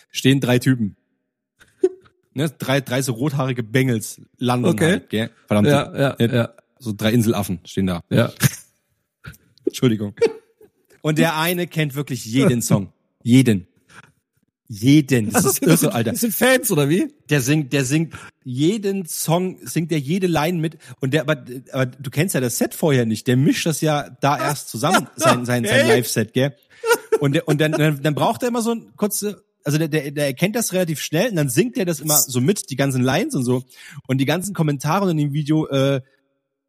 B: stehen drei
A: [LAUGHS]
B: Typen. Ne, drei, drei so rothaarige Bengels landen
A: Okay.
B: halt, gell? Verdammt.
A: Ja, ja, ja,
B: So drei Inselaffen stehen da.
A: ja. [LAUGHS]
B: Entschuldigung. Und der eine kennt wirklich jeden Song. Jeden.
A: [LAUGHS]
B: Jeden. Das ist irre, Alter.
A: Das sind Fans oder wie?
B: Der singt, der singt jeden Song, singt der jede Line mit. Und der, aber, aber du kennst ja das Set vorher nicht. Der mischt das ja da erst zusammen, sein, sein, sein
A: Ey.
B: Live-Set, gell? Und, der, und dann, dann, dann braucht er immer so ein kurze, also der, der, der erkennt das relativ schnell und dann singt er das immer so mit, die ganzen Lines und so. Und die ganzen Kommentare in dem Video, äh,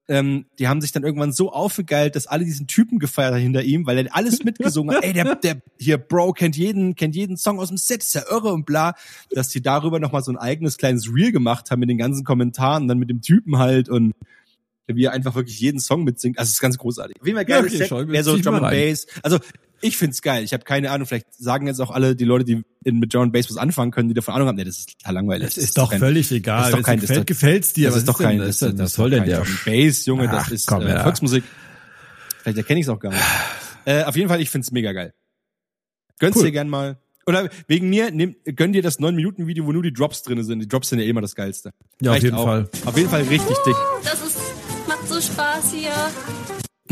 B: ähm, die haben sich dann irgendwann so aufgegeilt, dass alle diesen Typen gefeiert haben hinter ihm, weil er alles mitgesungen hat. Ey, der, der hier Bro kennt jeden, kennt jeden Song aus dem Set, ist ja irre und bla, dass die darüber nochmal so ein eigenes kleines Reel gemacht haben mit den ganzen Kommentaren, dann mit dem Typen halt und wie er einfach wirklich jeden Song mitsingt. Also es ist ganz großartig. Auf jeden Fall geiles
A: Ja, okay,
B: Set,
A: schau ich mir-
B: mehr so
A: zieh ich mal
B: Drum and
A: rein.
B: Bass. Also ich find's geil. Ich habe keine Ahnung, vielleicht sagen jetzt auch alle die Leute, die in, mit Drum and Bass was anfangen können, die davon Ahnung haben, nee, das ist total langweilig.
A: Es ist doch völlig egal.
B: das ist doch
A: Wenn's
B: kein-
A: dir
B: das
A: gefällt,
B: ist
A: gefällt's dir.
B: das
A: Was
B: ist doch
A: denn-
B: kein,
A: was
B: das,
A: denn-
B: ist-
A: was
B: das
A: soll
B: ist
A: denn
B: doch
A: der?
B: kein Drum Bass, Junge, das
A: Ach,
B: ist
A: komm,
B: äh,
A: ja.
B: Volksmusik. Vielleicht erkenne ich es auch gar nicht. Äh, auf jeden Fall, ich find's mega geil. Gönn's
A: Cool.
B: dir gern mal. Oder wegen mir, nimm, gönn dir das 9-Minuten-Video, wo nur die Drops drinne sind. Die Drops sind ja immer das Geilste.
A: Ja, auf
B: Reicht
A: jeden
B: auch.
A: Fall.
B: Auf jeden Fall richtig dick.
F: Das ist, macht so Spaß hier.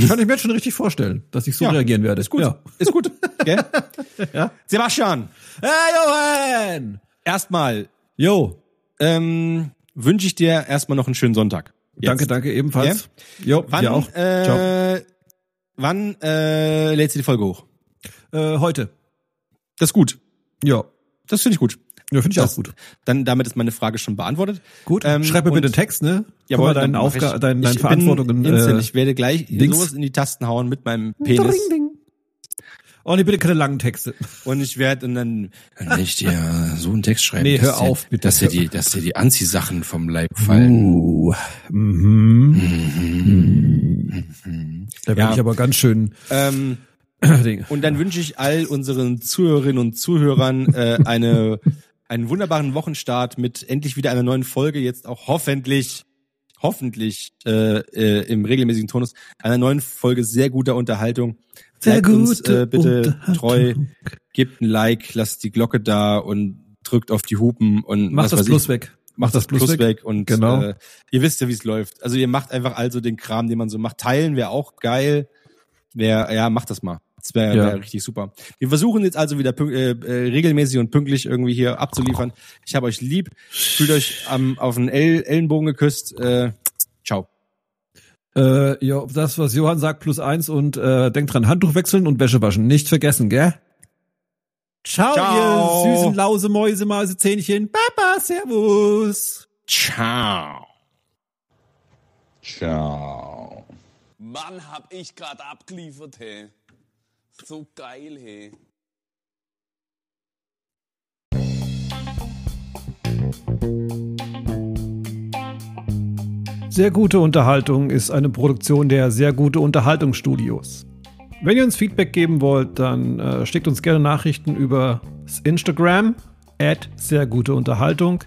A: Kann ich mir jetzt schon richtig vorstellen, dass ich so
B: Ja,
A: reagieren werde.
B: Ist gut.
A: Ja.
B: Ist gut.
A: [LAUGHS]
B: Gell? Sebastian,
A: Hey, Johann!
B: erstmal
A: Jo,
B: ähm, wünsche ich dir erstmal noch einen schönen Sonntag. Jetzt.
A: danke, danke ebenfalls. Jo,
B: Wann,
A: dir auch. Ciao.
B: Äh, wann äh, lädst du die Folge hoch?
A: Äh, heute.
B: Das ist gut.
A: Ja,
B: Das finde ich gut.
A: ja finde ich
B: Das-
A: auch gut.
B: Dann damit ist meine Frage schon beantwortet.
A: Gut,
B: Ähm,
A: schreib mir
B: und-
A: bitte einen Text, ne? Guck mal deinen
B: dann mach
A: Aufga
B: ich-
A: deinen, deinen
B: ich bin
A: Verantwortungen.
B: Instant,
A: äh,
B: ich werde gleich
A: Dings.
B: sowas in die Tasten hauen mit meinem Penis.
A: Dring, ding. Oh nee, bitte keine langen
B: [LAUGHS]
A: Texte.
B: Und ich werde und dann
G: Kann ich dir so einen Text schreiben?
A: Nee,
G: dass
A: hör
G: dir-
A: auf, bitte.
G: Dass dir die, dass dir die Anziehsachen vom Leib fallen.
B: Uh,
A: Mhm. Da bin
B: Ja.
A: ich aber ganz
B: [CLEARS THROAT]
A: schön.
B: ähm,
A: Ding.
B: Und dann wünsche ich all unseren Zuhörerinnen und Zuhörern äh, eine, einen wunderbaren Wochenstart mit endlich wieder einer neuen Folge, jetzt auch hoffentlich, hoffentlich äh, äh, im regelmäßigen Tonus, einer neuen Folge sehr guter Unterhaltung. Bleibt uns äh, bitte treu, gebt ein Like, lasst die Glocke da und drückt auf die Hupen und
A: Mach
B: was
A: das
B: weiß
A: bloß
B: ich.
A: weg.
B: Macht das Plus, weg. und
A: Genau.
B: äh, ihr wisst ja, wie es läuft. Also ihr macht einfach also den Kram, den man so macht. Teilen wäre auch geil. Wär, ja, macht das mal. Das wäre
A: Ja.
B: wär richtig super. Wir versuchen jetzt also wieder pünkt, äh, äh, regelmäßig und pünktlich irgendwie hier abzuliefern. Ich habe euch lieb. Fühlt euch am, auf den El Ellenbogen geküsst. Äh, ciao.
A: Äh, ja, das, was Johann sagt, plus eins und äh, denkt dran, Handtuch wechseln und Wäsche waschen. Nicht vergessen, gell? Ciao,
B: Ciao.
A: ihr süßen Lause, Mäuse, Mäuse, Zähnchen. Papa, Servus.
B: Ciao.
E: Ciao.
H: Mann, hab ich grad abgeliefert, hey. So geil, hey.
A: Sehr gute Unterhaltung ist eine Produktion der Sehr gute Unterhaltungsstudios. Wenn ihr uns Feedback geben wollt, dann äh, schickt uns gerne Nachrichten über das Instagram at sehr gute Unterhaltung.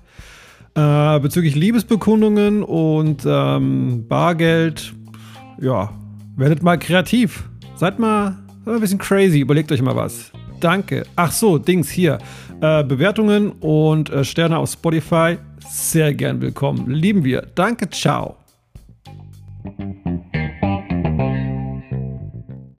A: Äh, bezüglich Liebesbekundungen und ähm, Bargeld, ja, werdet mal kreativ. Seid mal, seid mal ein bisschen crazy, überlegt euch mal was. Danke. Ach so, Dings hier. Äh, Bewertungen und äh, Sterne auf Spotify, sehr gern willkommen. Lieben wir. Danke, ciao.